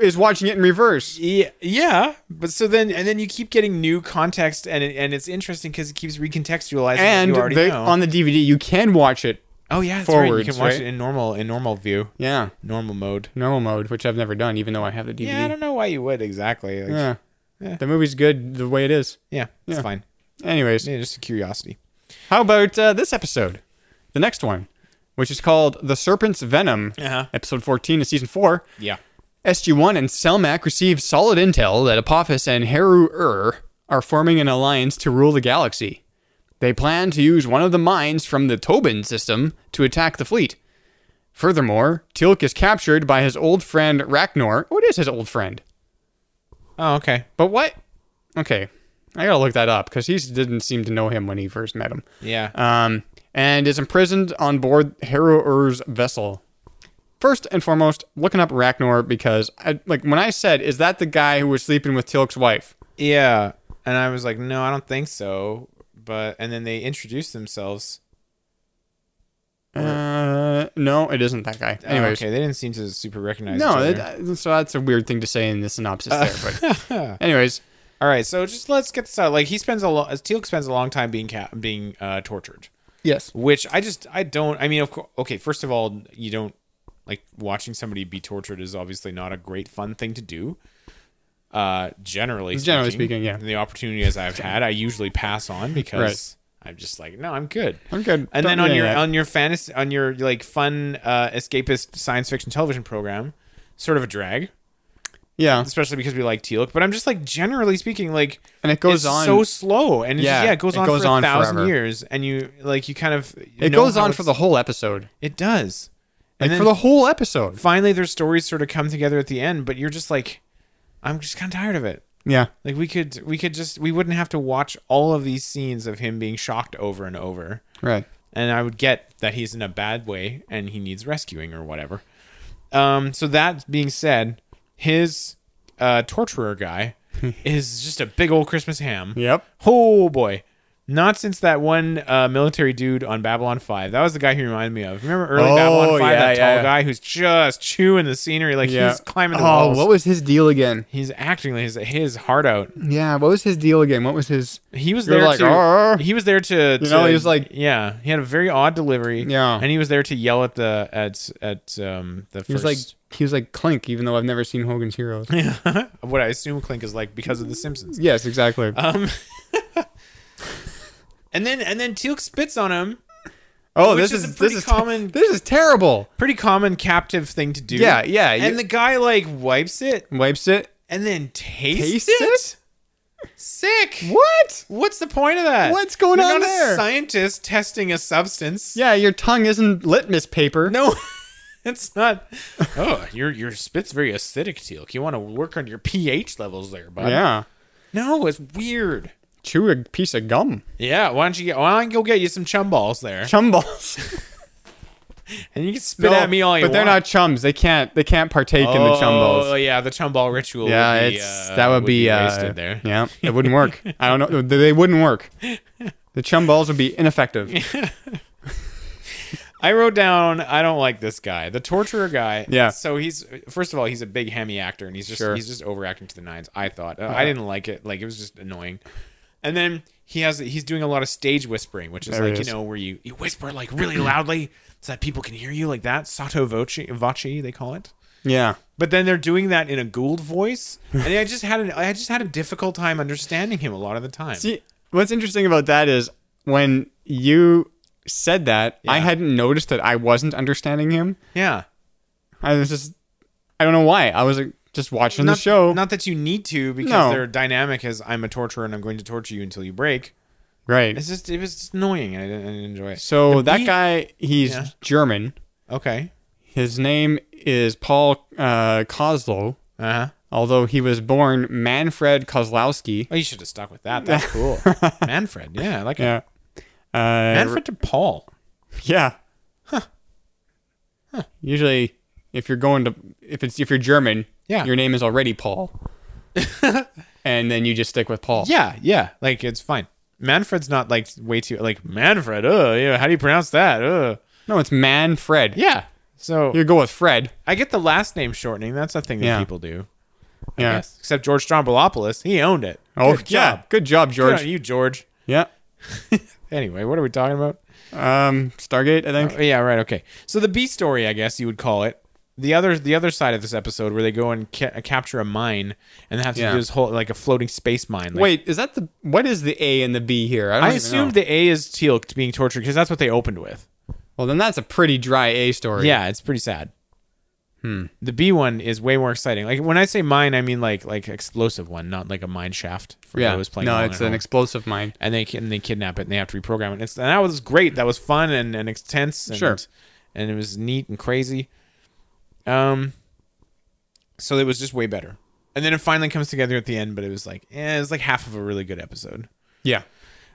is watching it in reverse. Yeah, yeah, but so then and then you keep getting new context, and it, and it's interesting because it keeps recontextualizing. And what you already they, know. on the DVD, you can watch it. oh yeah, that's right. You forwards, can right? watch Mm-hmm. it in normal in normal view, Yeah, normal mode. normal mode, which I've never done, even though I have the DVD. Yeah, I don't know why you would exactly. Like, yeah. Yeah. the movie's good the way it is. it's Yeah. fine. Anyways, Yeah, just a curiosity. how about uh, this episode, the next one, which is called "The Serpent's Venom," Uh-huh. episode fourteen of season four. Yeah. SG-1 and Selmac receive solid intel that Apophis and Heru-Ur are forming an alliance to rule the galaxy. They plan to use one of the mines from the Tobin system to attack the fleet. Furthermore, Tilk is captured by his old friend Ragnar. What is his old friend? Oh, okay. But what? Okay, I gotta look that up because he didn't seem to know him when he first met him. Yeah. Um, and is imprisoned on board Heru-Ur's vessel. First and foremost, looking up Ragnar because I like when I said, "Is that the guy who was sleeping with Tilk's wife?" Yeah. And I was like, no, I don't think so. But and then they introduced themselves. Uh, no, it isn't that guy. Oh, Anyways, okay, they didn't seem to super recognize. no, each it, other. uh, so that's a weird thing to say in the synopsis there. <laughs> But anyways, all right. So just let's get this out. Like he spends a lot. Teal'c spends a long time being ca- being uh, tortured, yes, which I just I don't. I mean, of course. Okay, first of all, you don't like watching somebody be tortured is obviously not a great fun thing to do. Uh, generally, Generally speaking, yeah. The opportunities I've had, I usually pass on because I'm just like, no, I'm good. I'm good. and then Don't on need your that. on your fantasy on your like fun uh, escapist science fiction television program, sort of a drag, yeah, especially because we like Teal'c. But I'm just like generally speaking, like and it goes it's on. so slow, and it's Yeah, just- yeah, it goes it on goes for on a thousand forever. years, and you like you kind of it know goes how on for it's- the whole episode, it does, like and then for the whole episode. finally their stories sort of come together at the end. But you're just like, I'm just kind of tired of it. Yeah, Like we could we could just we wouldn't have to watch all of these scenes of him being shocked over and over right. and I would get that he's in a bad way and he needs rescuing or whatever. Um, so that being said, his uh, <laughs> torturer guy is just a big old Christmas ham. Yep. Oh boy. Not since that one uh, military dude on Babylon 5. That was the guy he reminded me of. Remember early Oh, Babylon 5? yeah, that tall yeah. guy who's just chewing the scenery like Yeah. he's climbing the oh, walls. what was his deal again? he's acting his, his heart out. Yeah, what was his deal again? What was his? He was You're there like, to. "Arr." He was there to. You to- know, he was like- yeah. He had a very odd delivery. Yeah. and he was there to yell at the at at um the first. He was like he was like Clink, even though I've never seen Hogan's <laughs> Heroes. what I assume Clink is like because of the Simpsons. yes, exactly. Um, and then and then Teal'c spits on him. oh, which this is, is a this pretty is common- This is terrible. Pretty common captive thing to do. Yeah, yeah, you- And the guy like wipes it Wipes it. and then tastes, Tastes it? it? Sick. What? What's the point of that? What's going You're on not A there? scientist testing a substance. Yeah, your tongue isn't litmus paper. No, it's not. Oh, your your spit's very acidic, Teal'c. You want to work on your pH levels there, <laughs> bud. Yeah. No, it's weird. Chew a piece of gum. <laughs> Yeah. Why don't you? Get, why don't I go get you some chum balls there? Chum balls. and you can spit No, at me all you but they're not want. chums. They can't. They can't partake in the chum balls. Oh yeah, the chumball ritual. Yeah, would be, it's uh, that would, be, uh, wasted there. Yeah, it wouldn't work. I don't know. They wouldn't <laughs> work. The chum balls would be ineffective. I wrote down. I don't like this guy, the torturer guy. Yeah. So he's first of all, he's a big hemi actor, and he's just Sure. he's just overacting to the nines. I thought Uh, I didn't like it. Like it was just annoying. And then he has he's doing a lot of stage whispering, which is There like it is. you know where you you whisper like really loudly so that people can hear you, like that sato voce voce they call it. Yeah. But then they're doing that in a Gould voice, and I just had an I just had a difficult time understanding him a lot of the time. See, what's interesting about that is when you said that, I hadn't noticed that I wasn't understanding him. yeah. I was just, I don't know why. I was like, just watching not, the show. Not that you need to, because No. their dynamic is I'm a torturer and I'm going to torture you until you break. right. It's just it was just annoying. and I didn't, I didn't enjoy it. So The that beat- guy, he's Yeah. German. Okay. His name is Paul uh, Kozlow, Uh huh. although he was born Manfred Kozlowski. Oh, you should have stuck with that. <laughs> That's cool. Manfred. Yeah, I like it. Yeah. Uh, Manfred to Paul. Yeah. Huh. Usually, if you're going to, if it's if you're German, Yeah. your name is already <laughs> Paul, and then you just stick with Paul. Yeah, yeah. Like it's fine. Manfred's not like way too like Manfred. Uh, yeah. How do you pronounce that? Uh. No, it's Manfred. Yeah. So You go with Fred. I get the last name shortening. That's a thing that Yeah. people do. yeah. Yes. Except George Strombolopoulos. He owned it. Oh, Good yeah. job. Good job, Good George. on you, George. yeah. Anyway, what are we talking about? Um, Stargate, I think. Oh, yeah, right. Okay. So the B story, I guess you would call it. The other, the other side of this episode, where they go and ca- capture a mine, and they have to Yeah. do this whole like a floating space mine. Like, Wait, is that the what is the A and the B here? I, don't I even assumed know. the A is Teal being tortured because that's what they opened with. Well, then that's a pretty dry A story. Yeah, it's pretty sad. Hmm. The B one is way more exciting. Like when I say mine, I mean like like explosive one, not like a mine shaft for Yeah. those playing. No, along it's at an home. explosive mine. and they and they kidnap it and they have to reprogram it. And, it's, and that was great. That was fun and, and intense. And, Sure. And it was neat and crazy. Um. So it was just way better. And then it finally comes together at the end, but it was like, eh, it's like half of a really good episode. Yeah.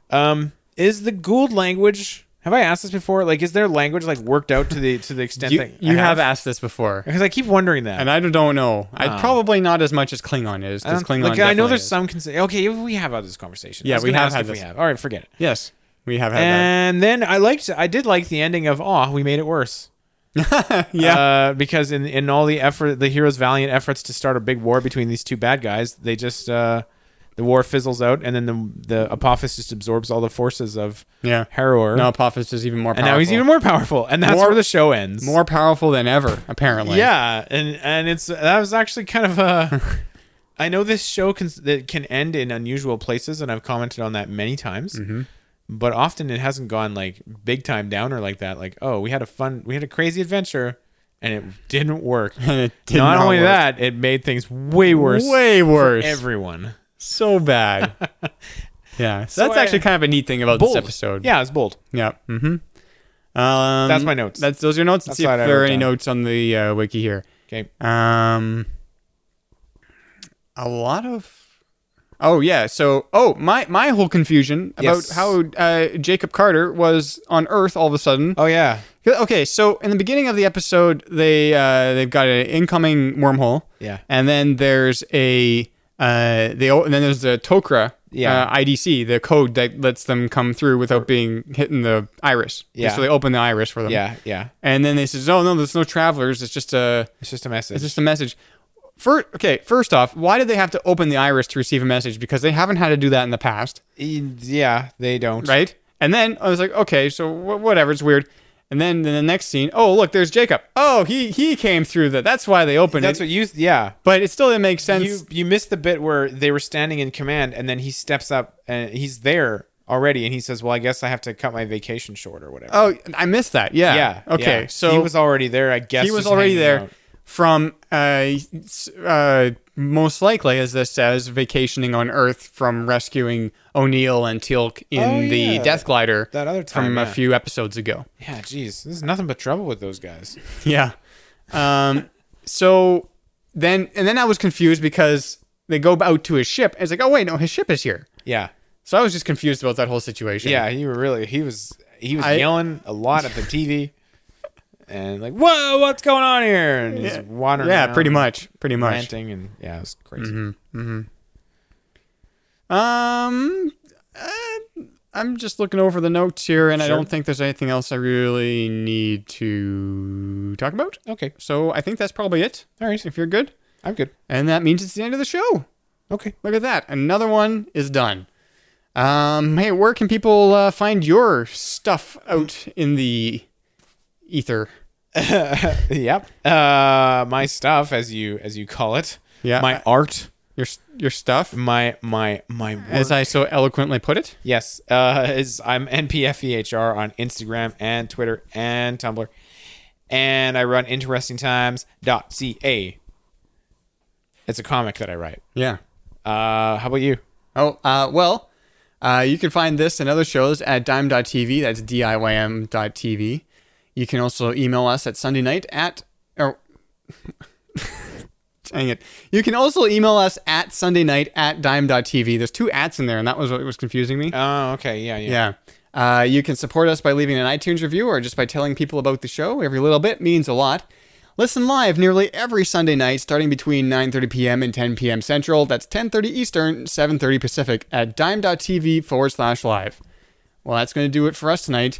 Um, is the Gould language? Have I asked this before? Like, is their language like worked out to the to the extent You, that you have asked this before. Because I keep wondering that. And I don't know. I probably not as much as Klingon is. I Because don't- Klingon, Oh. Um, like, I definitely know there's is. some. Cons- okay, we have had this conversation. I Yeah, was we gonna have ask had if we this. have. All right, forget it. Yes, we have had And then I liked, I did like the ending of "Aw, we made it worse." that. <laughs> Yeah, uh, because in in all the effort, the heroes' valiant efforts to start a big war between these two bad guys, they just uh, the war fizzles out, and then the the Apophis just absorbs all the forces of yeah. Harrower, Now Apophis is even more. and Powerful. now he's even more powerful, and that's More- where the show ends. more powerful than ever. Apparently. yeah, and and it's that was actually kind of a. I know this show can that can end in unusual places, and I've commented on that many times. Mm-hmm. But often it hasn't gone like big time downer like that. Like, oh, we had a fun, we had a crazy adventure, and it didn't work. <laughs> And <laughs> it did not, not only work. that, it made things way worse. Way worse. Everyone. so <laughs> bad. yeah. So, So that's I- actually kind of a neat thing about Bold. this episode. Yeah, it's bold. Yeah. Mm-hmm. Um, That's my notes. That's those are your notes. Let's That's see if what I there are wrote any down. notes on the uh, wiki here. Okay. Um, a lot of. Oh yeah, so oh my my whole confusion about Yes. how uh, Jacob Carter was on Earth all of a sudden. Oh yeah. Okay, so in the beginning of the episode, they uh, they've got an incoming wormhole. Yeah. And then there's a uh, they o- and then there's the Tokra Yeah. uh, IDC, the code that lets them come through without being hit in the iris. Yeah. So they open the iris for them. Yeah. Yeah. And then they says, "Oh no, there's no travelers. It's just a It's just a message. it's just a message." First, okay, first off, why did they have to open the iris to receive a message? Because they haven't had to do that in the past E, yeah. They don't. right? And then I was like, okay, so wh- whatever, it's weird. And then in the next scene, oh look, there's Jacob. Oh, he he came through that. That's why they opened That's it. what you. Yeah. but it still didn't make sense. you you missed the bit where they were standing in command and then he steps up and he's there already and he says well i guess i have to cut my vacation short or whatever oh, I missed that. Yeah. yeah Okay. yeah. So he was already there i guess he was just already hanging there out. from uh, s- uh most likely as this says vacationing on Earth from rescuing O'Neill and Teal'c in Oh, the yeah. Death Glider That other time, from a yeah. few episodes ago. yeah jeez there's nothing but trouble with those guys Yeah. Um, so then, and then I was confused because they go out to his ship. And it's like, oh wait, no, his ship is here. yeah So I was just confused about that whole situation. yeah he were really he was he was I- yelling a lot at the tv and like, whoa, what's going on here? And he's wandering. Yeah, around pretty and much, pretty much. Ranting and yeah, it's crazy. hmm Um, uh, I'm just looking over the notes here, and I Sure. don't think there's anything else I really need to talk about. Okay, So I think that's probably it. all right, If you're good, I'm good. and that means it's the end of the show. Okay, Look at that, another one is done. Um, hey, where can people uh, find your stuff out in the ether? yep. Uh, my stuff, as you as you call it, Yeah. my art, Your your stuff, my my my work. as I so eloquently put it. Yes, uh, is I'm NPFEHR E on Instagram and Twitter and Tumblr, and I run interestingtimes.ca. It's a comic that I write. Yeah. Uh, how about you? Oh, uh, well, uh, you can find this and other shows at dime.tv. That's D-I-Y-M.tv. You can also email us at Sunday night at, or, <laughs> dang it. You can also email us at Sunday night at dime.tv. There's two ats in there, and that was what was confusing me. Oh, okay, yeah, yeah. yeah. Uh, you can support us by leaving an iTunes review or just by telling people about the show. Every little bit means a lot. Listen live nearly every Sunday night, starting between 9:30 p.m. and 10 p.m. Central. That's 10:30 Eastern, 7:30 Pacific at dime.tv forward slash live. Well, that's going to do it for us tonight.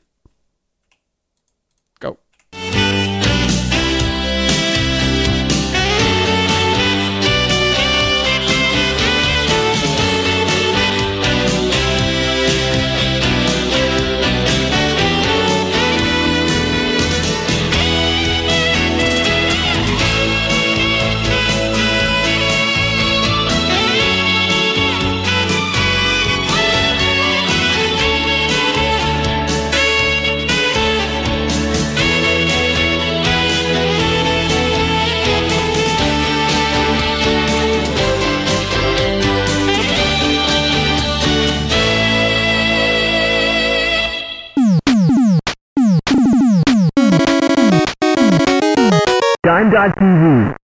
Go. Dime.tv.